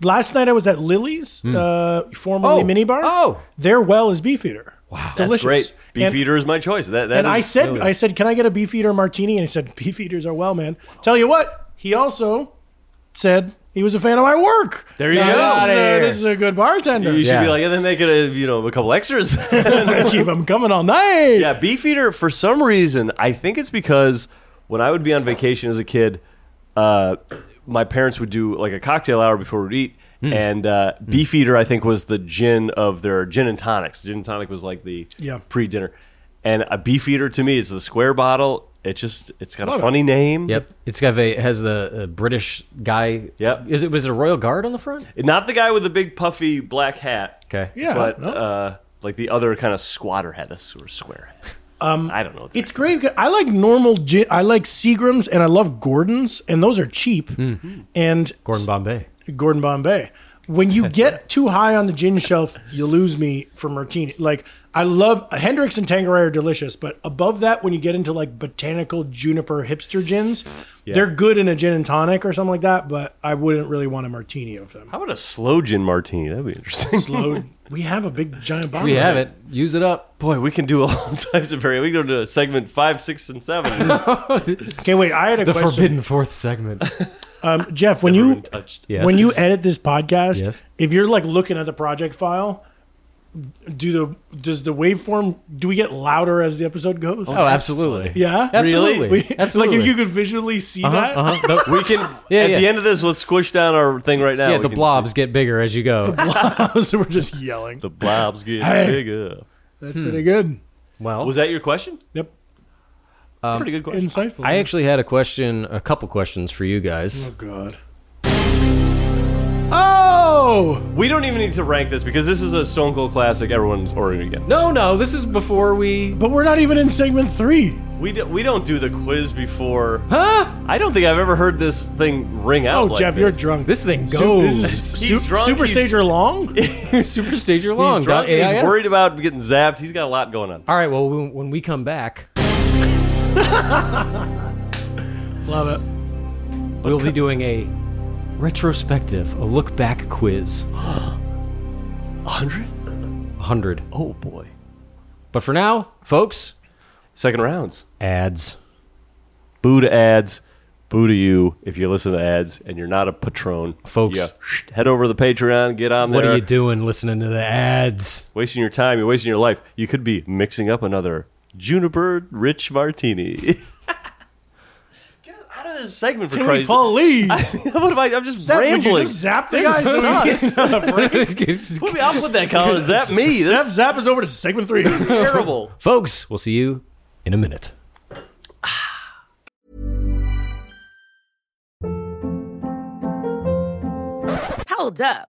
C: Last night I was at Lily's,
B: Mm.
C: uh, formerly
B: Oh,
C: Minibar. Oh, their well is beef eater. Wow, delicious.
B: That's great.
C: And-
B: Beefeater is my choice. That, that
C: and I
B: is-
C: said, I said, can I get a beef eater martini? And he said, beef eaters are well, man. Tell you what, he also said he was a fan of my work.
B: There you
C: Now,
B: go.
C: This is,
B: Outta
C: a,
B: here.
C: this is a good bartender. [laughs]
B: You should be like, yeah, then make it a you know a couple extras. [laughs]
C: Keep them coming all night.
B: Yeah, Beefeater. For some reason, I think it's because when I would be on vacation as a kid, uh, my parents would do like a cocktail hour before we'd eat,
A: Hmm.
B: and uh, Beefeater I think was the gin of their gin and tonics. Gin and tonic was like the
C: Yeah.
B: pre dinner, and a Beefeater to me is the square bottle. It just it's got
A: Love
B: a
A: it.
B: funny name.
A: Yep. It's got a has the uh, British guy. Yep. Is it was it a Royal Guard on the front?
B: Not the guy with the big puffy black hat.
A: Okay.
C: Yeah,
B: But
C: no.
B: uh, like the other kind of squatter hat, a sort of square hat.
C: Um,
B: I don't know.
C: It's great. 'cause I like normal gin. I like Seagrams and I love Gordons, and those are cheap.
B: Hmm.
C: And
A: Gordon Bombay.
C: Gordon Bombay. When
A: [laughs]
C: you get too high on the gin shelf, you lose me for martini. Like I love Hendrix and Tanqueray are delicious, but above that, when you get into like botanical juniper hipster gins,
B: Yeah.
C: they're good in a gin and tonic or something like that. But I wouldn't really want a martini of them.
B: How about a slow gin martini? That'd be interesting.
C: Slow. [laughs] we have a big giant bottle.
A: We have it. Use it up.
B: Boy, we can do all [laughs] types of very. We can go to segment five, six, and seven.
C: [laughs] Okay, wait. I had a
A: the
C: question.
A: forbidden fourth segment.
C: Um, Jeff, when you
A: Yes.
C: when you edit this podcast,
A: Yes.
C: if you're like looking at the project file, do the does the waveform do we get louder as the episode goes?
A: [laughs] oh, absolutely.
C: Yeah,
A: Absolutely.
C: We-
A: absolutely.
C: [laughs] Like if you could visually see
A: Uh-huh,
C: that, [laughs]
A: uh-huh.
B: [laughs]
A: Nope.
B: we can.
A: Yeah,
B: at
A: yeah.
B: the end of this, let's squish down our thing right now.
A: yeah,
B: We
A: the
B: can
A: blobs get bigger as you go.
C: so we're just yelling.
B: see- The blobs get
C: Hey.
B: bigger.
C: That's pretty good.
A: Well,
B: Was that your question?
C: Yep.
B: That's
A: Um,
B: a pretty good question.
C: Insightful.
A: I actually had a question, a couple questions for you guys.
C: oh god. Oh,
B: We don't even need to rank this because this is a Stone Cold classic. Everyone's ordering again.
A: No, no, this is before we.
C: but we're not even in segment three.
B: We, do, we don't do the quiz before. Huh? I don't think I've ever heard this thing ring out.
C: Oh,
B: like
C: Jeff,
B: this.
C: you're drunk.
A: This thing
C: Su-
A: goes.
C: This is
B: He's
C: su-
B: drunk,
C: super
B: he's-
C: stager long.
B: [laughs]
A: Super Stager Long.
B: He's drunk.
A: dot
B: and He's
A: AIF.
B: worried about getting zapped. He's got a lot going on.
A: All right, well, when when we come back,
C: Love it.
A: we'll be doing a retrospective, a look back
B: [gasps]
A: quiz.
B: 100?
A: 100.
B: Oh, boy.
A: But for now, folks,
B: Second rounds.
A: ads.
B: boo to ads, boo to you if you listen to ads and you're not a patron.
A: Folks.
B: Yeah. Shh, head over to the Patreon, get on
A: What
B: there.
A: are you doing listening to the ads?
B: wasting your time, you're wasting your life. You could be mixing up another juniper rich martini. [laughs] Get us out of this segment for
C: Can we
B: Christ's
C: please?
B: [laughs] What am I? I'm just
C: Steph, would
B: rambling.
C: you just zap the
B: This
C: guy?
A: [laughs]
B: sucks. [laughs] Put me off with
C: [laughs]
B: that, Colin. Zap me.
C: Steph,
B: That's
C: zap is over to segment
A: [laughs]
C: three.
B: terrible.
A: Folks, we'll see you in a minute.
L: Hold up.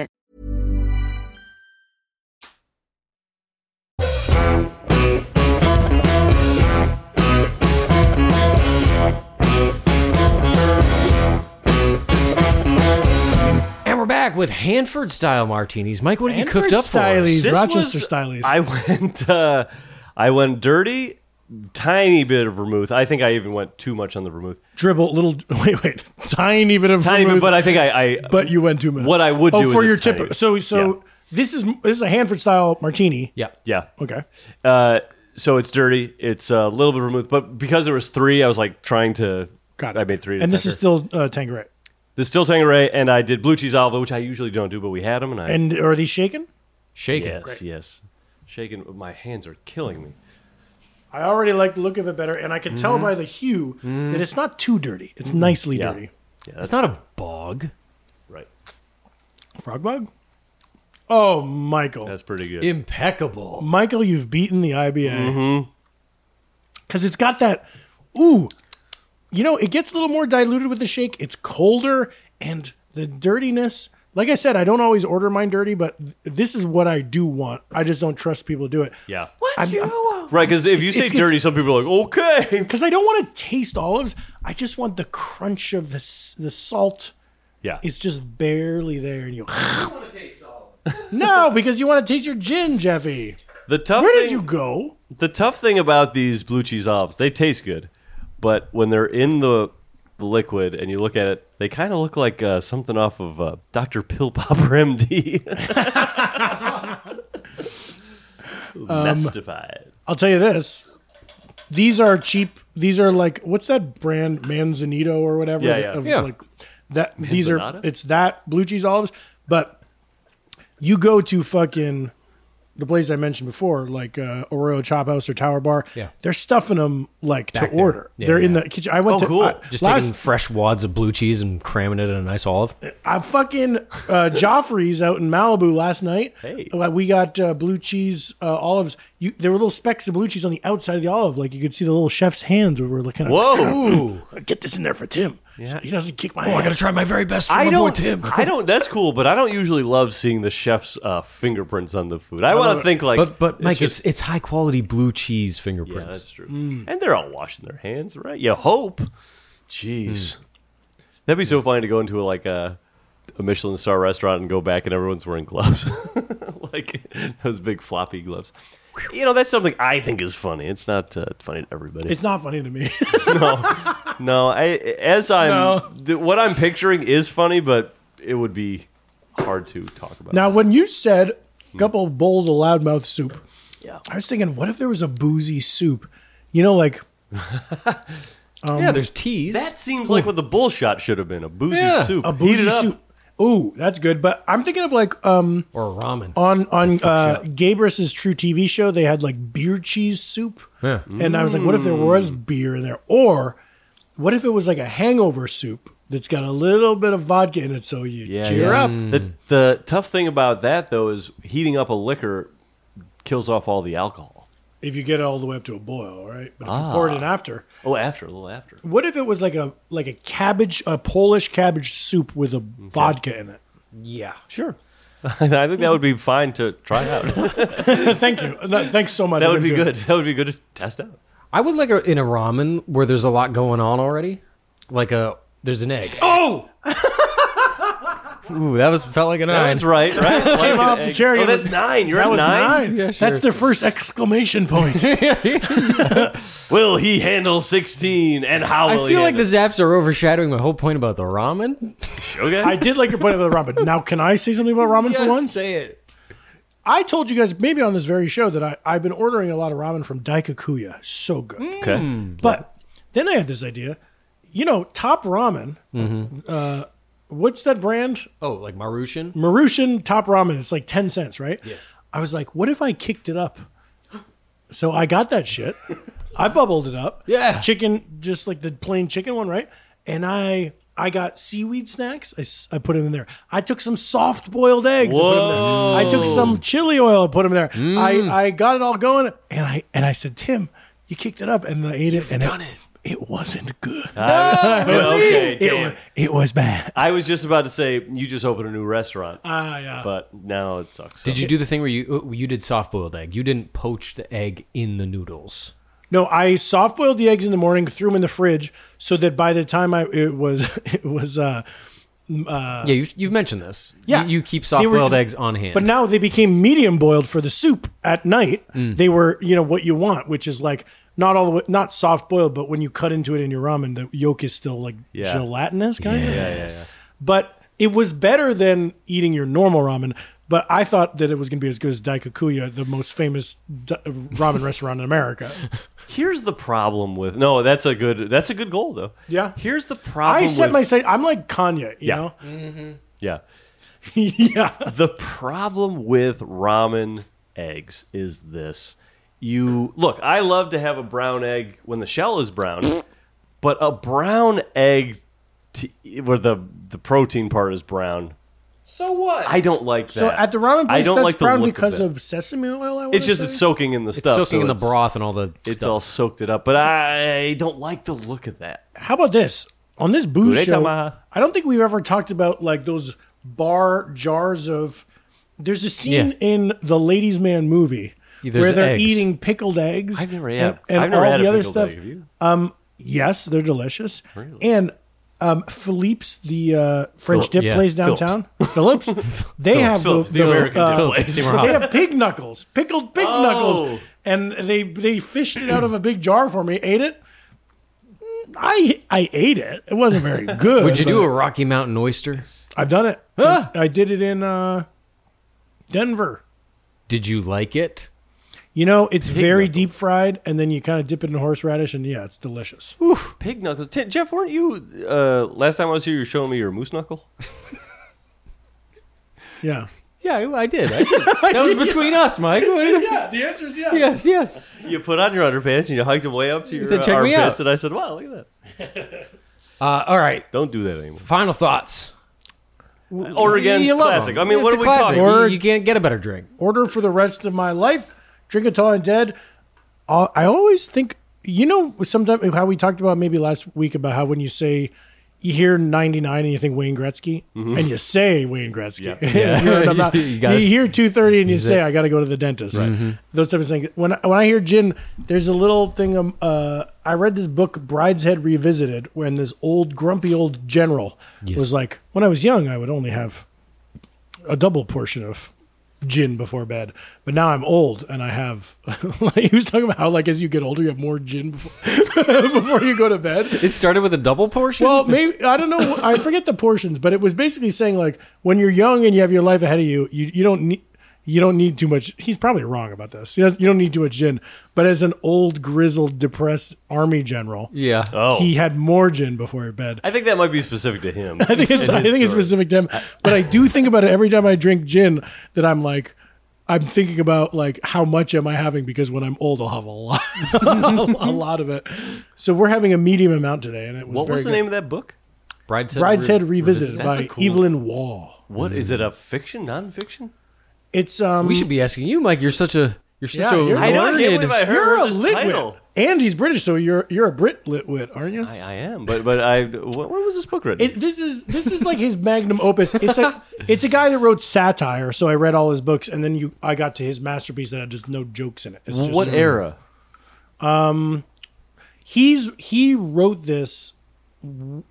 A: And we're back with Hanford style martinis. Mike, what have you cooked up for us?
B: This was- I [laughs] went. Uh, I went dirty, tiny bit of vermouth. I think I even went too much on the vermouth.
C: Dribble little. [laughs] Wait, wait. Tiny bit of
B: Tiny bit,
C: vermouth.
B: but I think I. I
C: but you went too much.
B: What I would
C: oh,
B: do is
C: for
B: a
C: your
B: tiny
C: tip.
B: bit.
C: So so
B: Yeah.
C: this is this is a Hanford style martini.
A: Yeah.
B: Yeah.
C: Okay.
B: Uh, so it's dirty. It's a little bit of vermouth, but because there was three, I was like trying to.
C: Got
B: I made three. to
C: And this
B: Tucker.
C: is still uh, Tanqueray.
B: There's still Tangeray, and I did blue cheese olive, which I usually don't do, but we had them, and I
C: And are these shaken?
A: shaking.
B: Yes, yes, shaking. My hands are killing me.
C: I already like the look of it better, and I can tell
B: Mhm.
C: by the hue
B: Mm.
C: that it's not too dirty. It's nicely
B: Yeah.
C: dirty.
B: Yeah,
A: It's not a bog.
B: Right.
C: Frog bug? Oh, Michael.
B: That's pretty good.
A: Impeccable.
C: Michael, you've beaten the IBA. Because it's got that, ooh, you know, it gets a little more diluted with the shake. It's colder, and the dirtiness. Like I said, I don't always order mine dirty, but th- this is what I do want. I just don't trust people to do it.
B: Yeah.
C: What you want?
B: Right, because if you say dirty, some people are like, okay.
C: Because I don't want to taste olives. I just want the crunch of the s- the salt.
B: Yeah.
C: It's just barely there, and you. [laughs] no, because you want to taste your gin, Jeffy.
B: The tough
C: Where
B: thing,
C: did you go?
B: The tough thing about these blue cheese olives, they taste good, but when they're in the the liquid and you look at it, they kind of look like uh, something off of uh, Dr. Pill Popper MD. Mastified.
C: I'll tell you this. These are cheap. These are like what's that brand Manzanito or whatever?
B: Yeah, yeah.
C: of,
B: Yeah.
C: Like that. These are
B: Manzanata?
C: it's that blue cheese olives. But you go to fucking the place I mentioned before, like uh, Oreo Chop House or Tower Bar.
A: Yeah.
C: they're stuffing them like
A: Back
C: to
A: there.
C: order.
A: Yeah,
C: they're in
A: yeah.
C: the kitchen.
B: Oh,
C: I went to I-
A: Just
C: last
A: taking fresh wads of blue cheese and cramming it in a nice olive.
C: I fucking uh, Joffrey's out in Malibu last night. Hey, we got uh, blue cheese uh, olives. You, there were little specks of blue cheese on the outside of the olive, like you could see the little chef's hands where we're looking.
B: Whoa.
C: get this in there for Tim. So he doesn't kick my.
B: Oh, I
C: ass.
B: gotta try
A: my very best
B: I don't. I don't. That's cool, but I don't usually love seeing the chef's uh, fingerprints on the food. I want to think like,
A: but but Mike,
B: just-
A: it's it's high quality blue cheese fingerprints.
B: that's true.
C: Hmm.
B: and they're all washing their hands, right? You hope. Jeez, that'd be so funny to go into a, like a, a Michelin star restaurant and go back and everyone's wearing gloves, [laughs] like those big floppy gloves. You know, that's something I think is funny. It's not uh, funny to everybody.
C: It's not funny to me. [laughs]
B: No, I as I'm
C: No.
B: th- what I'm picturing is funny, but it would be hard to talk about.
C: now, when you said a couple bowls of loudmouth soup, yeah, I was thinking, what if there was a boozy soup? You know, like um,
A: yeah, there's teas.
B: That seems like what the bullshot should have been—a boozy
C: Yeah,
B: soup.
C: a
B: Heat
C: boozy
B: it up.
C: soup. Ooh, that's good. But I'm thinking of like um
A: or ramen
C: on on uh, Gabrus's True TV show. They had like beer cheese soup,
A: Yeah.
C: and I was like, what if there was
B: Mm.
C: beer in there, or what if it was like a hangover soup that's got a little bit of vodka in it, so you cheer up.
B: The, the tough thing about that though is heating up a liquor kills off all the alcohol.
C: If you get it all the way up to a boil, right? But if you pour it in
B: Ah.
C: after,
B: Oh, after a little after.
C: what if it was like a like a cabbage, a Polish cabbage soup with a vodka in it? [laughs]
A: Yeah,
B: sure. [laughs] I think that would be fine to try out.
C: Thank you. No, thanks so
B: [laughs]
C: much.
B: that
C: I'm
B: would
C: gonna
B: be
C: do it.
B: good. That would be good to test out.
A: I would like a, in a ramen where there's a lot going on already. Like a there's an egg. Oh, ooh, that was felt like a nine.
B: That was right, right? It's
C: [laughs]
B: like
C: Came
B: an
C: off the
B: egg.
C: cherry.
B: Oh, that's nine. You're
C: that
B: at
C: was
B: nine? Yeah, sure.
C: That's their first exclamation
B: [laughs]
C: point.
B: Will he handle sixteen? And how
A: I
B: will he
A: feel like
B: handle
A: the zaps are overshadowing my whole point about the ramen.
B: Okay. [laughs]
C: I did like your point about the ramen. Now, can I say something about ramen for once?
A: say it.
C: I told you guys maybe on this very show that I, I've been ordering a lot of ramen from Daikakuya. So good.
B: Okay.
C: But then I had this idea. You know, top ramen, uh, What's that brand?
A: Oh, like Marushan?
C: Marushan top ramen. It's like 10 cents, right?
A: Yeah.
C: I was like, what if I kicked it up? So I got that shit. I bubbled it up.
A: Yeah.
C: Chicken, just like the plain chicken one, right? And I I got seaweed snacks. I, s- I put them in there. I took some soft boiled eggs. I put 'em there. I took
A: Whoa.
C: some chili oil. I put them there. I, I got it all going. And I and I said, Tim, you kicked it up. And I ate it. And
B: done
C: it, it. wasn't good.
B: [laughs] I- okay,
C: it,
B: damn.
C: wa- it was bad.
B: I was just about to say you just opened a new restaurant.
C: Ah, yeah.
B: But now it sucks.
A: Did you do the thing where you uh, you did soft boiled egg? You didn't poach the egg in the noodles.
C: No, I soft boiled the eggs in the morning, threw them in the fridge, so that by the time I it was [laughs] it was uh, m- uh
A: yeah, you've, you've mentioned this.
C: yeah.
A: you, you keep
C: They
A: soft
C: were-
A: boiled eggs on hand.
C: But now they became medium boiled for the soup at night.
B: Mm.
C: They were you know what you want, which is like not all the way, not soft boiled, but when you cut into it in your ramen, the yolk is still like
B: Yeah.
C: gelatinous kind of.
B: Yes.
C: But it was better than eating your normal ramen. But I thought that it was going to be as good as Daikakuya, the most famous d- uh, ramen [laughs] restaurant in America.
B: Here's the problem with no. That's a good. That's a good goal though.
C: Yeah.
B: Here's the problem.
C: I set
B: with-
C: my sight. I'm like Kanye, you
B: Yeah.
C: know?
B: Yeah.
C: [laughs] yeah.
B: The problem with ramen eggs is this. You look, I love to have a brown egg when the shell is brown, but a brown egg to, where the the protein part is brown.
A: So what?
B: I don't like that.
C: So at the ramen place,
B: I don't
C: that's
B: like the
C: brown
B: look of
C: because
B: it.
C: of, sesame oil. I
B: It's
C: wanna
B: just
C: say?
B: it's soaking in the
A: It's
B: stuff.
A: soaking in the
B: it's-
A: broth and all the
B: It's all soaked it up, but I don't like the look of that.
C: How about this? On this booze show,
B: Guretamaa.
C: I don't think we've ever talked about like those bar jars of. There's a scene
B: Yeah.
C: in the Ladies Man movie
B: Yeah, there's
C: where they're
B: eggs.
C: eating pickled eggs.
B: I've never
C: and,
B: had-
C: and
B: I've never
C: all
B: had
C: the
B: a
C: other
B: pickled
C: stuff.
B: egg, have you?
C: Um, yes, they're delicious. And um, Philippe's the uh, French
B: Philip-
C: dip
B: yeah,
C: place downtown. Phillips, they have
B: Phillips,
C: the,
B: the American
C: uh,
B: dip place.
C: They have pig knuckles, pickled pig
B: Oh.
C: knuckles, and they they fished it out of a big jar for me. Ate it. Mm, I I ate it. It wasn't very good.
A: Would you do
C: but
A: a Rocky Mountain oyster?
C: I've done it. I did it in uh, Denver.
A: Did you like it?
C: You know, it's very deep fried, and then you kind of dip it in horseradish, and yeah, it's delicious.
B: Pig knuckles. T- Jeff, weren't you uh, last time I was here? You were showing me your moose knuckle.
C: Yeah.
A: Yeah, I I did. [laughs] I did. that was between us, Mike. yeah, [laughs]
C: the answer is
A: Yes, yes.
B: You put on your underpants and you hiked them way up to your
A: said, "Check me
B: armpits,
A: out."
B: and I said, "Wow, look at
A: Uh, all right.
B: Don't do that anymore.
A: Final thoughts.
B: that." Oregon
A: You love 'em.
B: classic. I mean,
A: It's
B: what
A: a
B: are we
A: classic.
B: talking?
A: You, you can't get a better drink.
C: order for the rest of my life. Drink until I'm dead. Uh, I always think, you know, sometimes how we talked about maybe last week about how when you say you hear 99 and you think Wayne Gretzky,
B: Mhm.
C: and you say Wayne Gretzky.
B: Yeah.
C: [laughs]
B: [laughs]
C: you, know what I'm not-
B: You gotta-
C: you hear 230 and you
B: Is
C: say,
B: it-
C: I got to go to the dentist.
B: Right. Mhm.
C: Those type of things. When, when I hear gin, there's a little thing. Um, uh, I read this book, Bride's Head Revisited, when this old, grumpy old general
A: Yes.
C: was like, when I was young, I would only have a double portion of gin before bed. But now I'm old and I have. [laughs] he was talking about how, like, as you get older, you have more gin before, [laughs] before you go to bed.
A: It started with a double portion.
C: Well, maybe I don't know. I forget the portions, but it was basically saying like when you're young and you have your life ahead of you, you, you don't need. You don't need too much. He's probably wrong about this. He does- You don't need too much gin. But as an old, grizzled, depressed army general,
A: Yeah.
B: Oh.
C: he had more gin before bed.
B: I think that might be specific to [laughs] him.
C: I think it's I think it's specific to him. But I do think about it every time I drink gin that I'm like I'm thinking about like how much am I having because when I'm old I'll have a lot [laughs] a lot of it. So we're having a medium amount today and it was
B: What
C: very
B: was the
C: good.
B: name of that book?
A: Bride's
C: Bride's Head Revisited by Evelyn Wall.
B: What is it? A fiction, nonfiction?
C: It's um
A: we should be asking you, Mike. You're such a you're such a
C: you're-
B: I know, I can't
A: learned-
B: believe I heard
C: You're a
B: this
C: litwit.
B: title.
C: And he's British, so you're you're a Brit litwit, aren't you?
B: I, I am, but but I. What, when was this book written?
C: It, this is this is like his magnum opus. It's a it's a guy that wrote satire, so I read all his books, and then you I got to his masterpiece that had just no jokes in it. It's just,
B: what era?
C: Um, he's he wrote this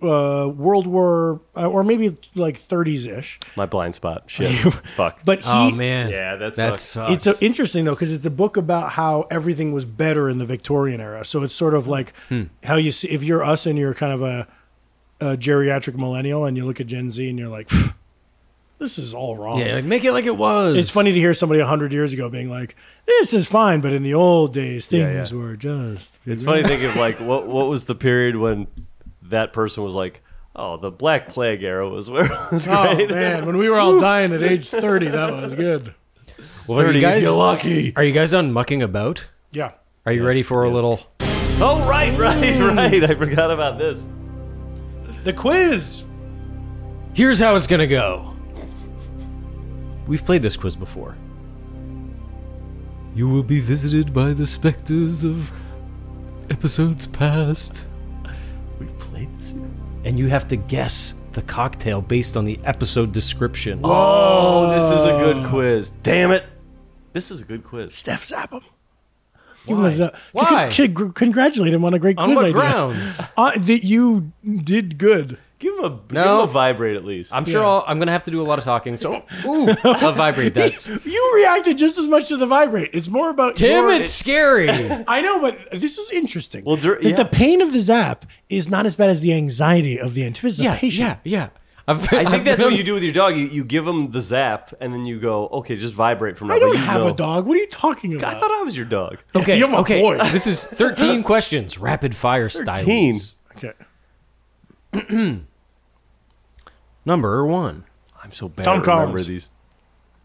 C: uh, World War uh, or maybe like 30s ish.
B: My blind spot. [laughs] Shit. Fuck.
C: But he,
A: Oh,
B: Yeah, that's
C: it's a, interesting though because it's a book about how everything was better in the Victorian era. So it's sort of like
A: Hmm.
C: how you see if you're us and you're kind of a, a geriatric millennial and you look at Gen Z and you're like, "Phew, this is all wrong.
A: Yeah, like, make it like it was.
C: It's funny to hear somebody hundred years ago being like, this is fine, but in the old days
B: Yeah,
C: things
B: yeah.
C: were just.
B: It's funny thinking of like what what was the period when that person was like, Oh, the Black Plague era was where it [laughs] was
C: Oh,
B: great.
C: man, when we were all dying at age 30, that was good.
A: Well, are you
B: 30 if
A: guys
B: you're lucky.
A: Are you guys done mucking about?
C: Yeah.
A: Are you ready for a little?
B: Oh, right, right, right. I forgot about this.
C: The quiz.
A: Here's how it's gonna go. We've played this quiz before. You will be visited by the specters of episodes past.
B: We played this.
A: And you have to guess the cocktail based on the episode description.
B: Oh, this is a good quiz. Damn it. This is a good quiz.
C: Steph Zappum. He was uh,
B: Why?
C: To, con- to congratulate him on a great
B: On
C: quiz
B: what
C: idea.
B: grounds?
C: Uh, that you did good.
B: Give him a
A: No.
B: give him a vibrate at least.
A: I'm sure I'll, I'm gonna have to do a lot of
B: [laughs]
A: talking. So, ooh, I'll vibrate that.
C: You reacted just as much to the vibrate. It's more about
A: Tim,
C: your-
A: it's
B: [laughs]
A: scary.
C: I know, but this is interesting. Well,
B: dur-
C: that the pain of the zap is not as bad as the anxiety of the anticipation.
A: Yeah, yeah, I've,
B: I think
A: I've
B: that's
A: been-
B: what you do with your dog. You, you give him the zap, and then you go, okay, just vibrate from now.
C: I
B: but
C: don't
B: you
C: have
B: know.
C: a dog. What are you talking about?
B: I thought I was your dog.
A: Okay,
C: You're my
A: okay.
C: boy.
A: [laughs] This
B: [laughs]
A: is 13 questions, rapid fire style.
B: 13.
C: Okay.
A: Number one.
B: I'm so bad
C: Tom
B: at remember
C: Collins.
B: these.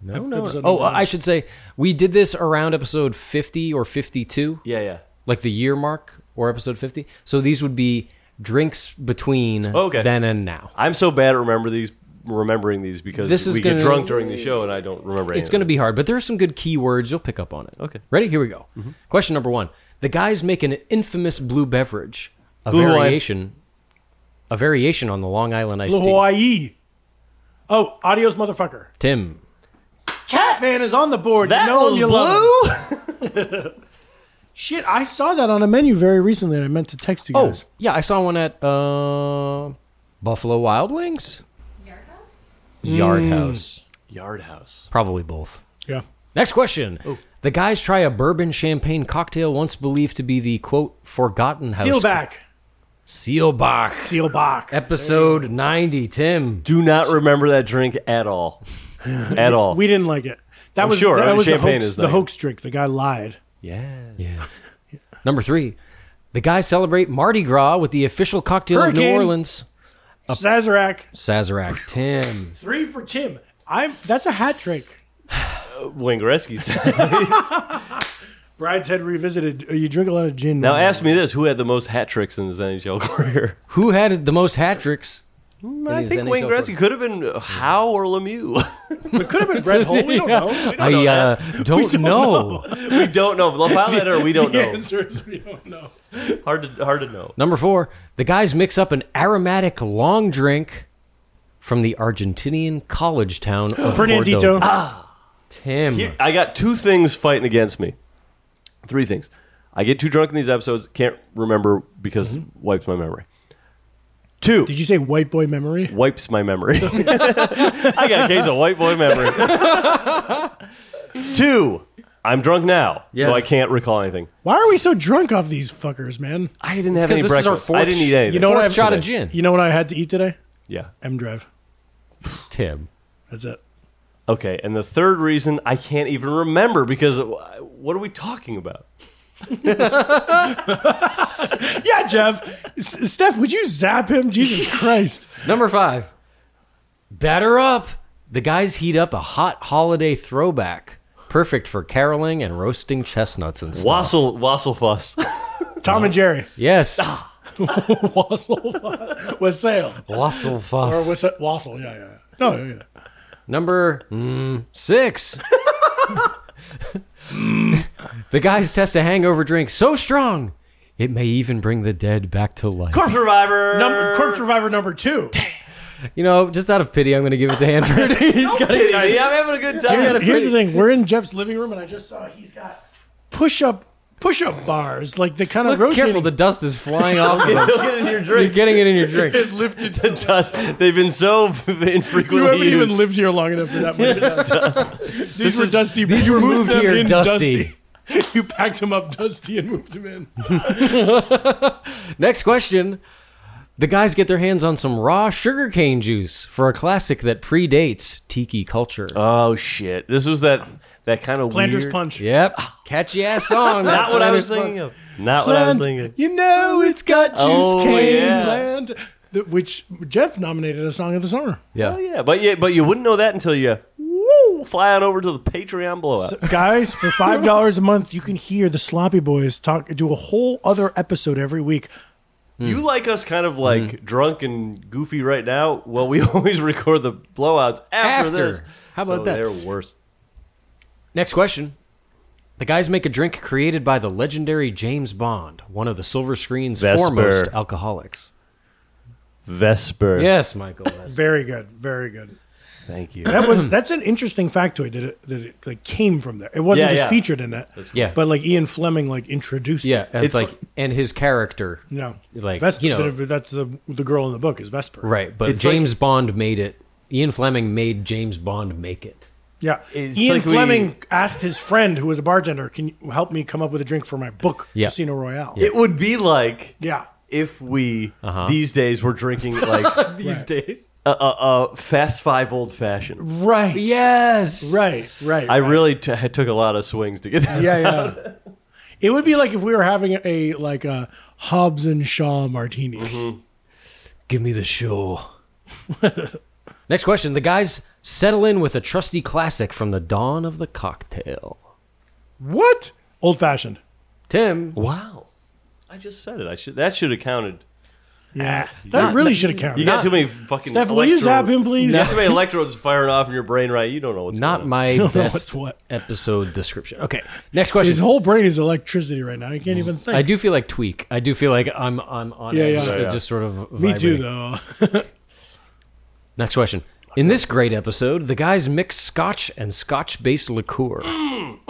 A: No, no.
C: Episode
A: Oh,
C: number one.
A: I should say we did this around episode 50 or 52,
B: Yeah, yeah.
A: like the year mark or episode 50. So these would be drinks between
B: Okay.
A: then and now.
B: I'm so bad at remember these, remembering these because
A: This is
B: we
A: gonna-
B: get drunk during the show and I don't remember.
A: It's going to
B: to
A: be hard, but there are some good keywords. You'll pick up on it.
B: Okay. Mm-hmm.
A: Ready? Here we go. Question number one. The guys make an infamous blue beverage, a
B: Blue wine.
A: variation, a variation on the Long Island iced tea.
C: Hawaii. Oh, adios, motherfucker.
A: Tim,
C: Catman is on the board.
B: That
C: you know him,
B: was
C: you love him.
B: [laughs]
C: Shit, I saw that on a menu very recently, and I meant to text you
A: Oh,
C: guys.
A: yeah, I saw one at uh, Buffalo Wild Wings. Yard House? Yard House.
B: Mm. Yard House. Oh.
A: Probably both.
C: Yeah.
A: Next question. The guys try a bourbon champagne cocktail once believed to be the quote forgotten house.
C: Sealback.
A: Sealbach.
C: Sealback.
A: Episode 90. Tim.
B: Do not remember that drink at
A: [laughs]
B: all, at all.
C: We didn't like it. That
B: I'm
C: was
B: sure,
C: that
B: uh,
C: was the
B: champagne
C: hoax,
B: is
C: the
B: not-
C: hoax drink. The guy lied.
B: yeah.
A: Yes. [laughs] Number three. The guys celebrate Mardi Gras with the official cocktail of
C: Hurricane.
A: New Orleans.
C: Sazerac.
A: Sazerac. Tim.
C: Three for Tim. I'm. That's a hat trick.
B: Wayne Gretzky said.
C: Bride's Head Revisited. Uh, You drink a lot of gin.
B: now ask me this: Who had the most hat tricks in his NHL career?
A: Who had the most hat tricks?
B: I
A: his
B: think
A: NHL
B: Wayne
A: career.
B: Gretzky could have been uh, Howe or Lemieux. [laughs]
C: It could have been Brett Hull.
A: [laughs]
C: We don't know. We don't
A: I
C: know that.
A: uh, don't, know.
B: we don't know. The pilot or we
C: [laughs]
B: don't
C: The
B: know.
C: answer is we don't know.
B: Hard to hard to know.
A: Number four, the guys mix up an aromatic long drink from the Argentinian college town of
C: Fernandito.
A: Cordoba. Tim.
B: Here- I got two things fighting against me. Three things. I get too drunk in these episodes, can't remember because
A: Mm-hmm.
B: wipes my memory. Two
C: Did you say white boy memory?
B: wipes my memory. [laughs] I got a case of white boy memory. [laughs] Two, I'm drunk now,
A: Yes.
B: so I can't recall anything.
C: Why are we so drunk off these fuckers, man?
B: I didn't have
A: 'cause
B: any
A: this is our
B: breakfast. I
A: fourth
B: didn't
A: sh-
B: eat anything.
C: You know what
A: Fourth
C: I've
A: shot of gin.
C: You know what I had to eat today?
B: yeah.
C: M Drive.
A: Tim.
C: That's it. [laughs]
B: Okay. And the third reason I can't even remember because uh, what are we talking about?
C: Yeah, Jeff. S- Steph, would you zap him? Jesus Christ.
A: Number five, batter up. The guys heat up a hot holiday throwback, perfect for caroling and roasting chestnuts and stuff.
B: Wassel Wassel
A: [laughs]
B: Fuss.
C: Tom and Jerry.
A: Yes.
C: [laughs] Wassel. Wassail.
A: Wassel
C: Or
A: fuss.
C: wassa- Wassel. Yeah, yeah. No, yeah. yeah.
A: Number mm, six. the guys test a hangover drink so strong, it may even bring the dead back to life.
B: Corpse Survivor. [laughs]
C: Number, Um, Corpse Reviver number two.
A: You know, just out of pity, I'm going to give it to Hanford. He's got
B: Hey, I'm having a good time.
C: Here's, here's the thing. We're in Jeff's living room, and I just saw he's got push up push up bars, like the kind of
A: Look,
C: rotating.
A: careful, the dust is flying off. of it.
B: You'll get in your
A: You're [laughs]
B: drink.
A: getting it in your drink.
B: the dust. They've been so [laughs] infrequently
C: you haven't
B: used.
C: even lived here long enough for that
A: [laughs]
C: much. these were
B: is-
C: dusty.
A: these
C: you
A: were
C: moved
A: moved
C: them
A: here
C: in
A: dusty.
C: [laughs] You packed them up dusty and moved them in.
A: Next question. The guys get their hands on some raw sugarcane juice for a classic that predates tiki culture.
B: oh shit! This was that that kind of
C: Planters
B: weird,
C: punch.
A: yep. Catchy ass song.
B: Not
A: that
B: what I was
A: Flanders Punk.
B: thinking of. Not what I was
C: Plant-
B: thinking.
C: You know it's got juice
B: Oh,
C: cane
B: yeah.
C: plant. th- which Jeff nominated as song of the summer.
B: Yeah, yeah, but yeah, but you wouldn't know that until you woo, fly on over to the Patreon blowout.
C: So, guys, for five dollars a month, you can hear the Sloppy Boys talk do a whole other episode every week.
B: You like us kind of like drunk and goofy right now. Well, we [laughs] always record the blowouts after,
A: After.
B: this.
A: How about
B: So
A: that?
B: They're worse.
A: Next question. The guys make a drink created by the legendary James Bond, one of the silver screen's
B: Vesper.
A: foremost alcoholics.
B: Vesper.
A: Yes, Michael.
C: Very good, very good.
B: Thank you.
C: That was that's an interesting factoid that it that it like came from there. It wasn't
A: Yeah,
C: just
A: yeah.
C: featured in it,
A: That's cool. Yeah.
C: But like Ian Fleming like introduced
A: Yeah,
C: it.
A: and it's like, and his character.
C: no,
A: like
C: Vesper.
A: you know,
C: that's the the girl in the book is Vesper,
A: right? But
C: It's like-
A: James Bond made it. Ian Fleming made James Bond make it.
C: Yeah,
A: It's
C: Ian
A: like we-
C: Fleming asked his friend who was a bartender, "Can you help me come up with a drink for my book,
B: Yeah.
C: Casino Royale?"
B: It would be like
C: yeah,
B: if we these days were drinking like
A: [laughs] these days
B: a, a, a fast five old fashioned.
C: right,
A: yes,
C: right, right.
B: I really t- had- took a lot of swings to get that.
C: yeah, yeah. It would be like if we were having a like a Hobbs and Shaw martini.
A: Mm-hmm. Give me the show. [laughs] Next question. The guys settle in with a trusty classic from the dawn of the cocktail.
C: What? Old fashioned.
A: Tim. Wow.
B: I just said it. I should that should have counted.
A: Ah,
C: Yeah, that
B: Not-
C: really should have counted.
B: You got too many fucking.
C: Steph, will you
B: electro-
C: zap him, please?
B: You got too many electrodes firing off in your brain, right? You don't know what's
A: Not
B: going
A: my
B: on.
A: best episode description. Okay. Next
C: His
A: question.
C: whole brain is electricity right now. He can't even think.
A: I do feel like tweak. I do feel like I'm I'm on
C: Yeah,
A: edge.
C: yeah.
A: It
C: Yeah.
A: Just sort of.
C: Me too,
A: vibrating.
C: though. [laughs]
A: Next question. In this great episode, the guys mix scotch and scotch-based liqueur.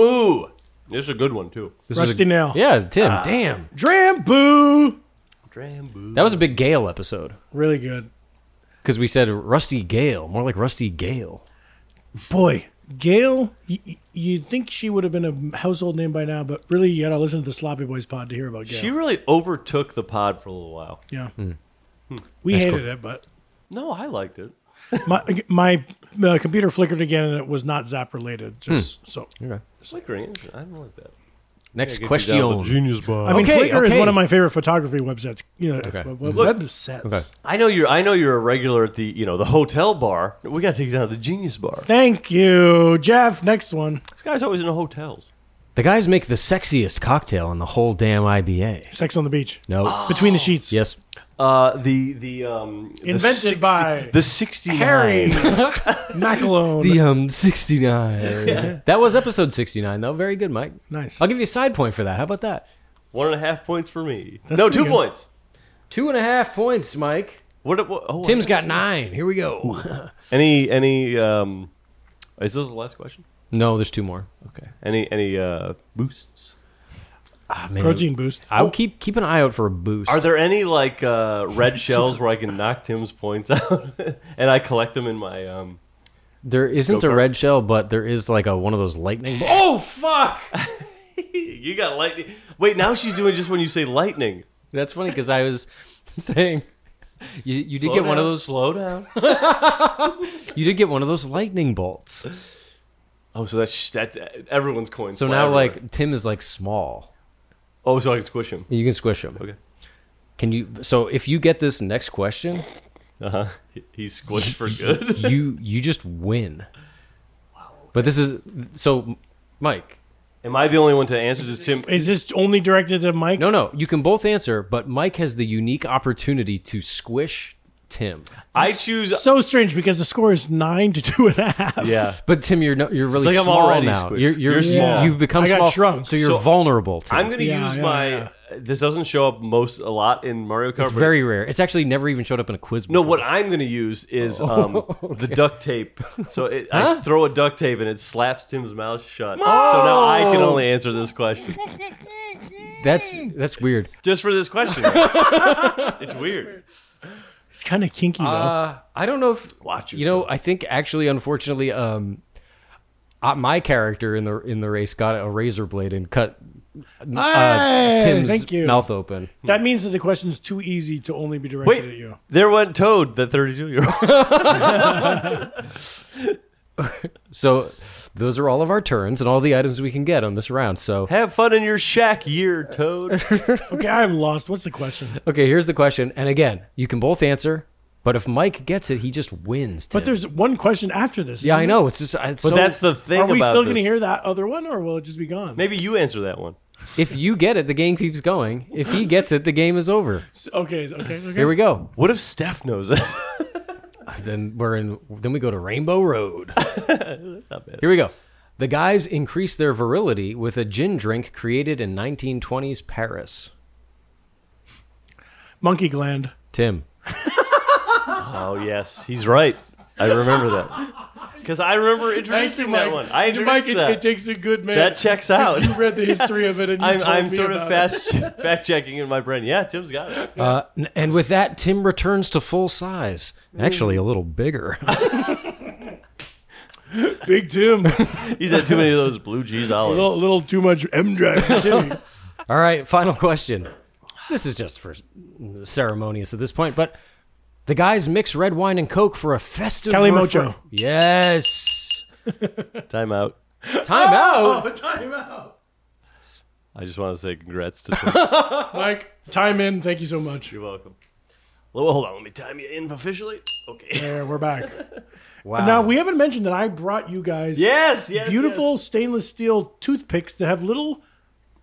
B: Ooh, this is a good one too.
A: This was a-
C: Rusty nail.
A: Yeah, Tim. damn.
C: Dramboo.
A: That was a big Gale episode.
C: Really good.
A: Because we said Rusty Gale, more like Rusty Gale.
C: Boy, Gail, y- y- you'd think she would have been a household name by now, but really, you got to listen to the Sloppy Boys pod to hear about Gail.
B: She really overtook the pod for a little while.
C: yeah. We
B: That's
C: hated
B: cool.
C: it, but
B: No, I liked it.
C: my my uh, computer flickered again, and it was not Zap related. Just so.
B: It's like ringing. I don't like that.
A: Next
B: Yeah, get you down
A: question.
B: with Genius Bar.
C: I mean,
A: Okay,
C: Flickr is
A: okay.
C: one of my favorite photography websites. You know,
A: Okay.
C: web- web-
B: Look.
C: websites.
B: I know you're. I know you're a regular at the you know the hotel bar. We got to take you down to the Genius Bar.
C: Thank you, Jeff. Next one.
B: This guy's always in the hotels.
A: The guys make the sexiest cocktail in the whole damn IBA.
C: Sex on the beach.
A: No. [gasps]
C: Between the sheets.
A: Yes.
B: Uh, the the um the
C: Invented
B: 60
C: by
B: the sixty
C: Harry Macalone.
A: The um 69. [laughs] That was episode 69 though. Very good, Mike.
C: Nice.
A: I'll give you a side point for that. How about that?
B: [laughs] One and a half points for me.
C: That's
B: no,
C: pretty
B: two
C: good.
B: points.
A: Two and a half points, Mike.
B: What? what oh,
A: Tim's
B: I-
A: got nine. Here we go.
B: any any um. Is this the last question?
A: [laughs] no, there's two more.
B: Okay. Any any uh boosts?
A: Ah, man.
C: Protein boost. Oh,
A: I'll keep keep an eye out for a boost.
B: Are there any like uh
A: [laughs]
B: red shells where I can knock Tim's points [laughs] out and I collect them in my um?
A: there isn't a
B: Go-kart.
A: red shell, but there is like a one of those [laughs] lightning. bo- Oh fuck!
B: [laughs] You got lightning. Wait, now she's doing just when you say lightning.
A: That's funny because I was [laughs] saying you, you did
B: Slow
A: get one of
B: down,
A: those
B: Slow down. [laughs]
A: you did get one of those lightning bolts.
B: Oh, so that's that. Everyone's coins.
A: So
B: fly
A: now
B: everywhere.
A: like Tim is like small.
B: oh, so I can squish him.
A: You can squish him.
B: Okay.
A: Can you? So if you get this
B: [laughs]
A: next question,
B: Uh huh. He's squished
A: [laughs]
B: for good.
A: you you just win. But this is so, Mike.
B: Am I the only one to answer this, Tim?
C: Is this only directed to Mike?
A: No, no, you can both answer, but Mike has the unique opportunity to squish Tim.
B: I choose.
A: [laughs]
C: So strange because the score is nine to two and a half.
B: Yeah.
A: But Tim, you're no, you're really
B: like I'm
A: small
B: already
A: now.
B: squished.
A: You're, you're,
B: You're small.
A: You've become
C: I got
A: small,
C: shrunk.
A: so you're
B: So-
A: vulnerable. Tim.
B: I'm gonna
C: Yeah,
B: use
C: yeah,
B: my.
C: yeah.
B: This doesn't show up most a lot in Mario Kart.
A: it's
B: but-
A: very rare. It's actually never even showed up in a quiz.
B: No,
A: before.
B: what I'm going to use is
C: Oh, [laughs]
B: um, the duct tape. So it, I throw a duct tape and it slaps Tim's mouth shut. So now I can only answer this question.
A: That's that's weird.
B: Just for this
C: [laughs]
B: question. it's weird.
C: It's kind of kinky though.
A: Uh, I don't know if
B: Watch
A: You know, I think actually, unfortunately, um, uh, my character in the in the race got a razor blade and cut uh,
C: Hey,
A: Tim's
C: thank you.
A: mouth open.
C: that means that the question's too easy to only be directed at
B: Wait,
C: you.
B: there
C: [laughs]
B: went Toad, the 32 year old.
A: So Those are all of our turns and all the items we can get on this round. So
B: have fun in your shack, year
C: [laughs]
B: toad.
C: okay, I'm lost. What's the question?
A: [laughs] Okay, here's the question. And again, you can both answer, but if Mike gets it, he just wins. Tim.
C: But there's one question after this.
A: yeah,
C: isn't
A: I
C: it?
A: know. It's just. It's
B: But
A: so-
B: that's the thing.
C: Are we
B: about
C: still going to
B: this.
C: hear that other one, or will it just be gone?
B: Maybe you answer that one.
A: If you get it, the game keeps going. If he gets it, the game
C: [laughs]
A: is over.
C: S- Okay, okay, okay.
A: Here we go.
B: What if Steph knows it? [laughs]
A: then we're in. Then we go to Rainbow Road.
B: [laughs] That's not bad.
A: Here we go. The guys increase their virility with a gin drink created in 1920s Paris.
C: Monkey gland.
A: Tim.
B: Oh yes, he's right. I remember that because I remember introducing that one. I introduced
C: Mike,
B: that.
C: It, it takes a good man.
B: That checks
C: 'Cause
B: out.
C: You read the history of it,
B: [laughs]
C: and you
B: I'm,
C: told
B: I'm
C: me
B: sort of
C: about
B: fast
C: it.
B: [laughs] fact checking in my brain. Yeah, Tim's got it.
C: [laughs]
A: Uh, n- and with that, Tim returns to full size. Actually, a
B: Mm.
A: little bigger. [laughs]
C: Big
B: [laughs]
C: Tim.
B: He's had too many of those blue cheese
C: a
B: olives.
C: little, a little too much M drive.
B: [laughs]
C: Timmy.
A: All right, final question. This is just for ceremonious at this point, but the guys mix red wine and Coke for a festive.
C: Kelly
A: refre-
C: Mocho.
A: Yes.
B: Time out.
A: Time out.
C: Oh, time out.
B: I just want to say congrats to Tim.
C: Mike, time in. Thank you so much.
B: You're welcome. Well, hold on. Let me time you in officially. Okay. [laughs]
C: There, we're back.
A: Wow.
C: Now we haven't mentioned that I brought you guys
B: Yes, yes.
C: beautiful stainless steel toothpicks that have little.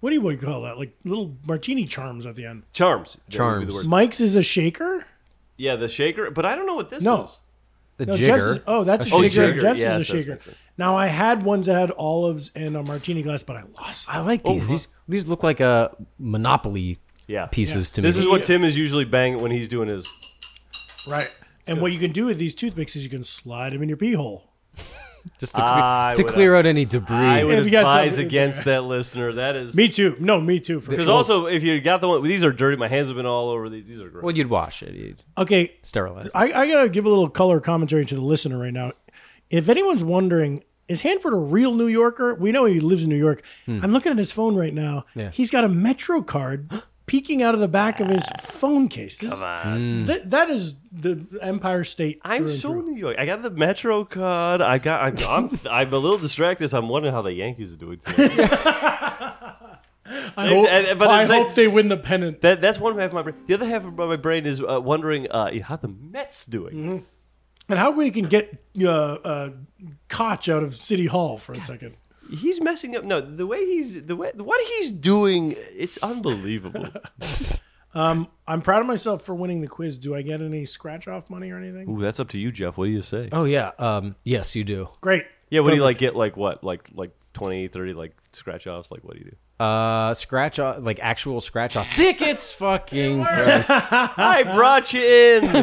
C: What do you call that? Like little martini charms at the end.
B: yes. charms. That would be the
A: Charms.
B: word.
C: Mike's is a shaker.
B: Yeah, the shaker. But I don't know what this
C: No.
B: is.
A: the
C: No,
A: jigger.
C: Jeff's is- oh, that's a
B: Oh,
C: shaker.
B: jigger.
C: Jeff's
B: Yes,
C: is
B: that's
C: a shaker.
B: what it is.
C: Now I had ones that had olives and a martini glass, but I lost.
A: I like these. these these look like uh, Monopoly
B: Yeah.
A: pieces to me.
B: This is what Tim is usually banging when he's doing his.
C: Right. and what you can do with these toothpicks is you can slide them in your pee hole.
A: just to,
B: I
A: cle- to
B: would-
A: clear out any debris.
B: I would
C: If you got
B: advise
C: something in
B: against that listener. That is [laughs]
C: Me too. No, me too. For
B: Because
C: sure.
B: also, if you got the one, these are dirty. My hands have been all over these. These are gross.
A: well, you'd wash it. You'd
C: okay,
A: sterilize. it.
C: I, I gotta give a little color commentary to the listener right now. If anyone's wondering, is Hanford a real New Yorker? We know he lives in New York.
B: Hmm.
C: I'm looking at his phone right now.
A: Yeah.
C: He's got a Metro card peeking out of the back of his
B: Ah,
C: phone case. This- that- that is the Empire State.
B: I'm
C: through and
B: so
C: through.
B: New York. I got the Metro card. I got. I'm. I'm, [laughs] I'm a little distracted. I'm wondering how the Yankees are doing.
C: [laughs]
B: today.
C: I hope,
B: and- but
C: I
B: it's like-
C: hope they win the pennant.
B: that, that's one half of my brain. The other half of my brain is uh, wondering uh, how the Mets doing.
C: Mm-hmm. And how we can get uh, uh, Koch out of City Hall for a second.
B: He's messing up. No, the way he's the way what he's doing. It's
C: [laughs]
B: unbelievable.
C: I'm proud of myself for winning the quiz. Do I get any scratch off money or anything?
B: Ooh, that's up to you, Jeff. What do you say?
A: oh yeah. Um, yes, you do.
C: Great.
B: yeah. What do you like? Get like what? Like like 20, 30, like scratch offs. Like what do
C: [laughs]
B: you do?
A: Uh, scratch off, like actual scratch off
B: [laughs]
A: tickets. Fucking Christ.
B: I brought
C: [laughs]
B: you in.
C: I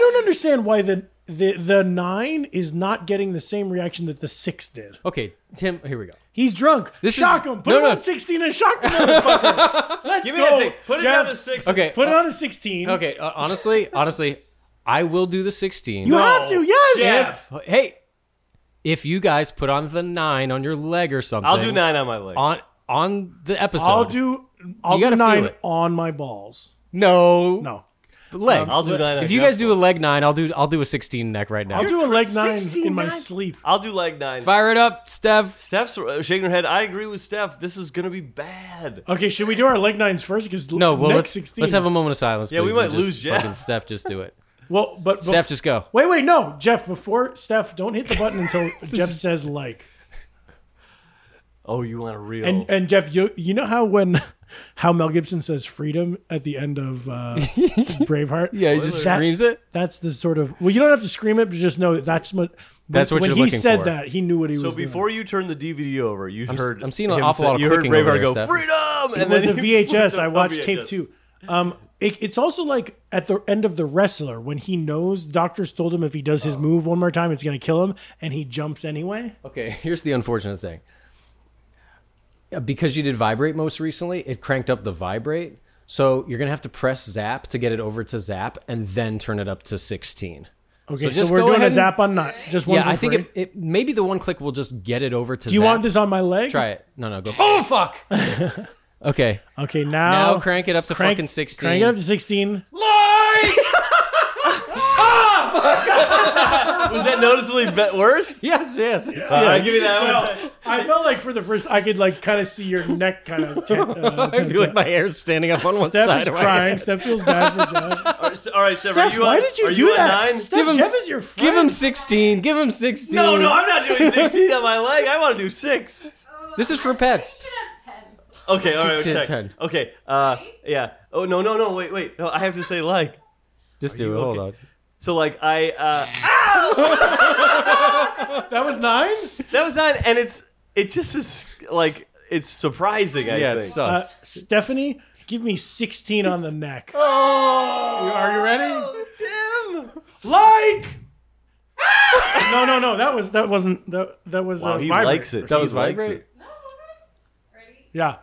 C: don't understand why the the the nine is not getting the same reaction that the six did.
A: Okay, Tim. Here we go.
C: He's drunk.
A: This
C: shock
A: is-
C: him. Put
A: no,
C: him
A: no.
C: on sixteen and shock the
B: [laughs]
C: motherfucker. Let's
B: Give me
C: go.
B: that thing. Put it
C: Jeff.
B: down to six.
A: Okay. uh,
C: Put it on a sixteen.
A: Okay, uh, honestly, honestly, I will do the 16.
C: You have to. Yes.
B: Jeff.
A: hey, if you guys put on the 9 on your leg or something.
B: I'll do nine on my leg.
A: on on the episode.
C: I'll do. I'll
A: You gotta
C: do
A: feel
C: nine
A: it.
C: on my balls.
A: No.
C: No.
A: Leg.
B: I'll do nine. on
A: Um, if you
B: Jeff's
A: guys do a leg 9, I'll do I'll do a 16 neck right now.
C: I'll do a leg nine
B: 16,
C: in my
B: nine?
C: sleep.
B: I'll do leg nine.
A: Fire it up, Steph.
B: Steph's uh, shaking her head. I agree with Steph. This is gonna be bad.
C: Okay, should we do our leg nines first? Because
A: No, well
C: next
A: let's
C: 16.
A: let's have a moment of silence.
B: Yeah, we
A: please,
B: might
A: and
B: lose
A: just
B: Jeff.
A: Fucking Steph, just do
B: [laughs]
A: it.
C: Well, but bef-
A: Steph, just go.
C: Wait, wait, no, Jeff. Before Steph, don't hit the button
A: [laughs]
C: until Jeff says like.
B: Oh, you want a real?
C: And and Jeff, you you know how when [laughs] how Mel Gibson says freedom at the end of
A: [laughs]
C: uh, Braveheart?
A: Yeah, he just
C: That-
A: screams it.
C: That's the sort of well, you don't have to scream it, but just know that that's what.
A: That's
C: when, when
A: what you're
C: he
A: looking
C: said
A: for.
C: that he knew what he
B: so
C: was. doing.
B: before you turn the DVD over, you
A: I'm s-
B: heard.
A: I'm seeing an
B: him
A: awful
B: say-
A: lot of
B: you heard
A: clicking over
B: Braveheart
A: there,
B: go
A: Steph.
B: freedom,
C: it
B: and
C: was a
B: then he [laughs] flipped
C: VHS.
B: it
C: I
B: on
C: watched
B: VHS.
C: tape two. Um, it, it's also like at the end of the wrestler when he knows doctors told him if he does
A: Oh.
C: his move one more time, it's going to kill him, and he jumps anyway.
A: Okay, here's the unfortunate thing. Uh, Because you did vibrate most recently, it cranked up the vibrate. So you're gonna have to press zap to get it over to zap, and then turn it up to 16.
C: Okay, so,
A: just
C: we're
A: go
C: doing
A: ahead
C: a
A: and-
C: zap on not just one.
A: yeah,
C: for
A: I think
C: free.
A: it, it maybe the one click will just get it over to.
C: Do you
A: zap.
C: want this on my leg?
A: Try it. No, no, go. Oh fuck. [laughs] okay.
C: Okay, now
A: Now crank it up to
C: crank-
A: fucking
C: [laughs]
A: 16.
C: Crank it up to sixteen.
A: Like.
B: Was that noticeably be- worse?
A: Yes, yes.
B: All right, Uh, give me that one.
C: Well, I felt like for the first, I could like kind of see your neck kind
A: [laughs]
C: of. Ten, uh,
A: I feel like my hair's standing up on one
C: Steph
A: side.
C: is
A: of my
C: crying.
A: head.
C: Steph feels bad for Jeff.
A: [laughs]
B: All right, all right Steph,
C: Steph,
B: are you
C: why
B: on,
C: did you
B: are
C: do
B: you on
C: that?
B: nine?
C: Steph, Jeff is your friend.
A: Give him 16. Give him 16.
B: No, no, I'm not
C: [laughs]
B: doing 16 on my leg. I want to do six.
A: Oh, This is for pets.
B: Okay, all right,
A: Ten,
B: check.
A: ten.
B: Okay, uh, yeah. Oh no, no, no, wait, wait. No, I have to say like.
A: Just
B: Are
A: do
B: you
A: it. Hold
B: okay?
A: on.
B: So like I, uh,
C: That was nine.
B: that was not, and it's it just is like it's surprising. I
A: Yeah, it
B: think.
C: Uh,
A: sucks.
C: Stephanie, give me sixteen on the neck.
B: Oh,
C: Are you ready?
B: Tim.
C: Like. no, no, no. That was that wasn't that that was.
B: Wow,
C: uh,
B: Oh, he
C: vibrate.
B: likes it.
A: That was
B: he likes
A: vibrate?
B: it.
C: Yeah.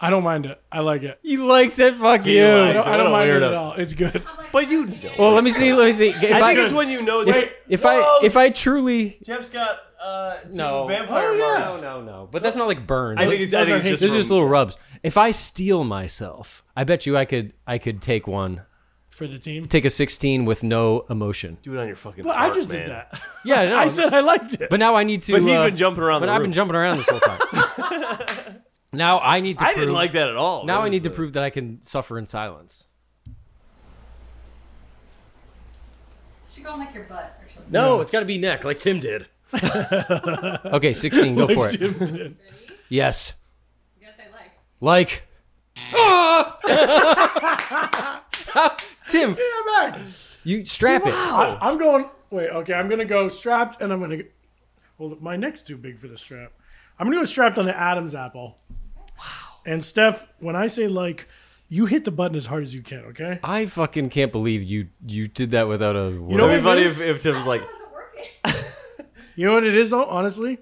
C: I don't mind it. I like it.
A: He likes it. Fuck
B: He
A: you.
B: likes
C: I don't,
B: it.
C: I
B: What
C: don't
B: a
C: mind it
B: weirdo.
C: at all. It's good.
B: But you,
A: Well, let me see. Let me see. If
B: I think it's when you know.
A: if, if I if I truly
B: Jeff's got uh, two
A: no
B: vampire
A: Oh, yeah.
B: marks.
A: No, no, no. But that's not like burns.
B: I think it's, I think it's just,
A: Those are just
B: from-
A: little rubs. If I steal myself, I bet you I could I could take one.
C: For the team.
A: Take a 16 with no emotion.
B: do it on your fucking.
C: Well, I
B: heart,
C: just
B: man.
C: did that. [laughs]
A: Yeah, no.
C: I said I liked it.
A: But now I need to
B: But he's
A: uh,
B: been jumping around
A: But
B: the
A: I've
B: room.
A: been jumping around this whole time.
B: [laughs]
A: now I need to
B: I
A: prove
B: didn't like that at all.
A: Now
B: That
A: I need
B: was,
A: to
B: uh,
A: prove that I can suffer in silence.
I: Should go on like your butt or something.
A: No, it's got to be neck, like Tim did. okay, 16. Go for it. Yes.
I: You gotta say like.
A: Like. Ah! [laughs] Tim,
C: Yeah, back.
A: you strap it.
C: I, am going. Wait. Okay. I'm gonna go strapped, and I'm gonna. go- Hold. My neck's too big for the strap. I'm gonna go strapped on the Adam's apple. Wow. And Steph, when I say like, you hit the button as hard as you can. Okay.
A: I fucking can't believe you you did that without a word.
C: You know
B: It'd be
C: what
B: funny
C: it
B: if,
C: is?
B: if Tim's
A: [laughs]
B: like,
I: How's it working?
C: You know what it is though. Honestly,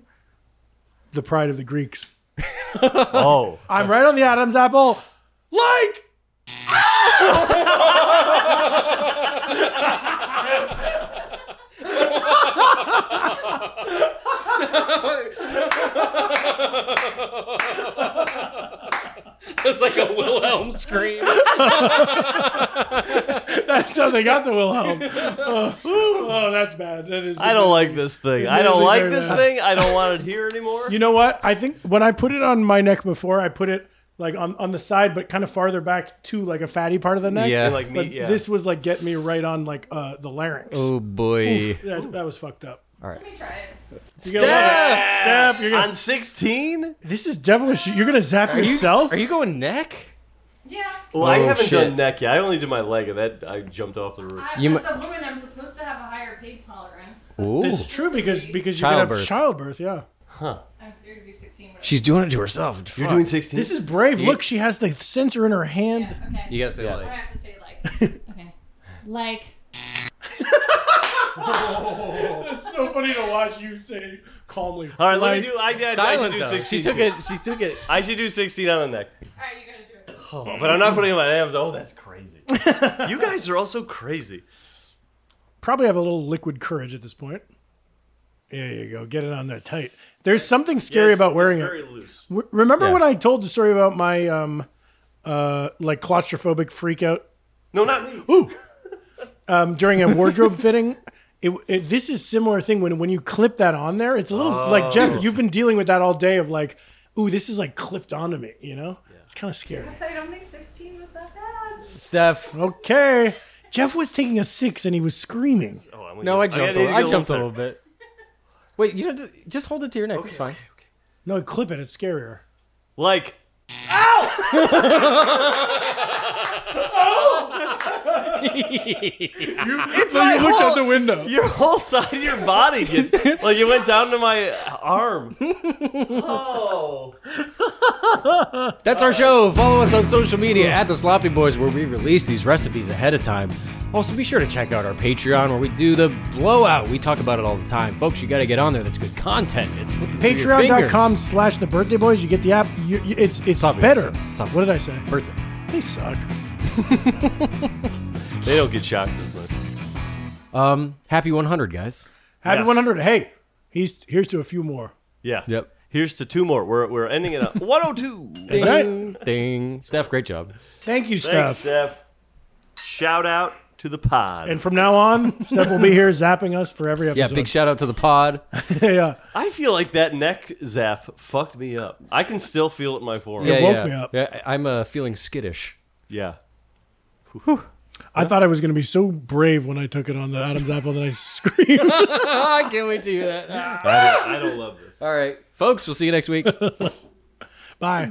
C: the pride of the Greeks.
B: oh,
C: I'm right on the Adam's apple. Like. [laughs]
A: It's like a Wilhelm scream.
C: That's how they got the Wilhelm. [laughs] Oh, ooh, oh, that's bad. That is.
B: I don't like this thing. I don't
C: Admittedly
B: like
C: very
B: this
C: bad.
B: thing. I don't
A: [laughs]
B: want it here anymore.
C: You know what? I think when I put it on my neck before, I put it like on, on the side, but kind of farther back to like a fatty part of the neck.
A: Yeah.
B: Like me,
C: But
B: yeah.
C: this was like get me right on like uh, the larynx.
A: oh boy.
C: That, that was fucked up.
I: Let me try it.
C: You gotta love it. Steph, you're gonna,
B: on 16?
C: this is devilish. You're gonna zap
A: Are you-
C: yourself.
A: Are you going neck?
I: Yeah.
B: Well, I
A: Oh,
B: haven't
A: shit.
B: done neck yet. I only did my leg, and that I jumped off the roof.
I: I,
A: You
I: as a woman, I'm supposed to have a higher pain tolerance.
A: Ooh.
C: this is true because because you're gonna have childbirth. Yeah.
I: I'm scared to do 16. Whatever.
A: She's doing it to herself.
B: You're doing 16.
C: This is brave. Look, she has the sensor in her hand.
I: [laughs] Okay.
A: You gotta say
I: I
A: like.
I: have to say like. okay. Like.
C: It's so funny to watch you say calmly.
B: All right, let
C: like,
B: me do. I, I, I should
A: Silent
B: do
A: though.
B: 16.
A: She took it. She took it.
B: I should do 16 on the neck.
I: All right, you gotta do it.
B: Oh, but I'm not putting it on my abs. Oh, that's
A: [laughs]
B: crazy. you guys are also crazy.
C: probably have a little liquid courage at this point. There you go. Get it on there tight. There's something scary
B: It's-
C: about wearing
B: it's
C: it.
B: very loose.
C: W- Remember
A: Yeah.
C: when I told the story about my um, uh, like claustrophobic freak out
B: No, not me.
C: um, during a wardrobe fitting? It, it, this is similar thing when when you clip that on there. It's a little
A: Oh.
C: like Jeff. You've been dealing with that all day of like, ooh, this is like clipped onto me. You know, it's kind of scary.
I: So I don't think 16 was that bad.
A: Steph.
C: Okay, Jeff was taking a six and he was screaming.
B: Oh, I'm gonna
A: No, I
B: get-
A: jumped.
B: gotta
A: A,
B: get
A: I jumped a
B: tighter.
A: little bit. Wait, you know, just hold it to your neck. it's fine.
C: No, clip it. It's scarier.
B: Like,
C: So you looked out the window.
B: your whole side of your body gets. like, it went down to my arm. Oh.
A: [laughs] That's our show. Follow us on social media at The Sloppy Boys, where we release these recipes ahead of time. Also, be sure to check out our Patreon, where we do the blowout. We talk about it all the time. Folks, you got to get on there. That's good content. It's slipping through your
C: Patreon.com
A: fingers.
C: slash the birthday boys. You get the app. You, you, it's it's
A: Stop it.
C: better.
A: Stop it.
C: What did I say?
A: Birthday.
C: They suck.
B: They don't get shocked as much.
A: Um, happy 100, guys.
C: Happy
B: Yes.
C: 100. Hey, he's here's to a few more.
B: Yeah.
A: Yep.
B: Here's to two more. We're, we're ending
A: [laughs]
B: it up. 102.
C: All right.
A: Ding. Steph, great job.
C: Thank you, Steph.
B: Thanks, Steph. Shout out to the pod.
C: And from now on, Steph will be here [laughs] zapping us for every
A: Yeah,
C: episode.
A: big shout out to the pod.
C: [laughs] yeah.
B: I feel like that neck zap fucked me up. I can still feel it in my forearm.
A: yeah, yeah. Yeah, I- I'm uh, feeling skittish.
B: Yeah.
C: I thought I was going to be so brave when I took it on the Adam's apple that I [laughs] screamed.
A: I can't wait to hear that.
B: I don't love
A: this. All right, folks, we'll see you next week.
C: Bye.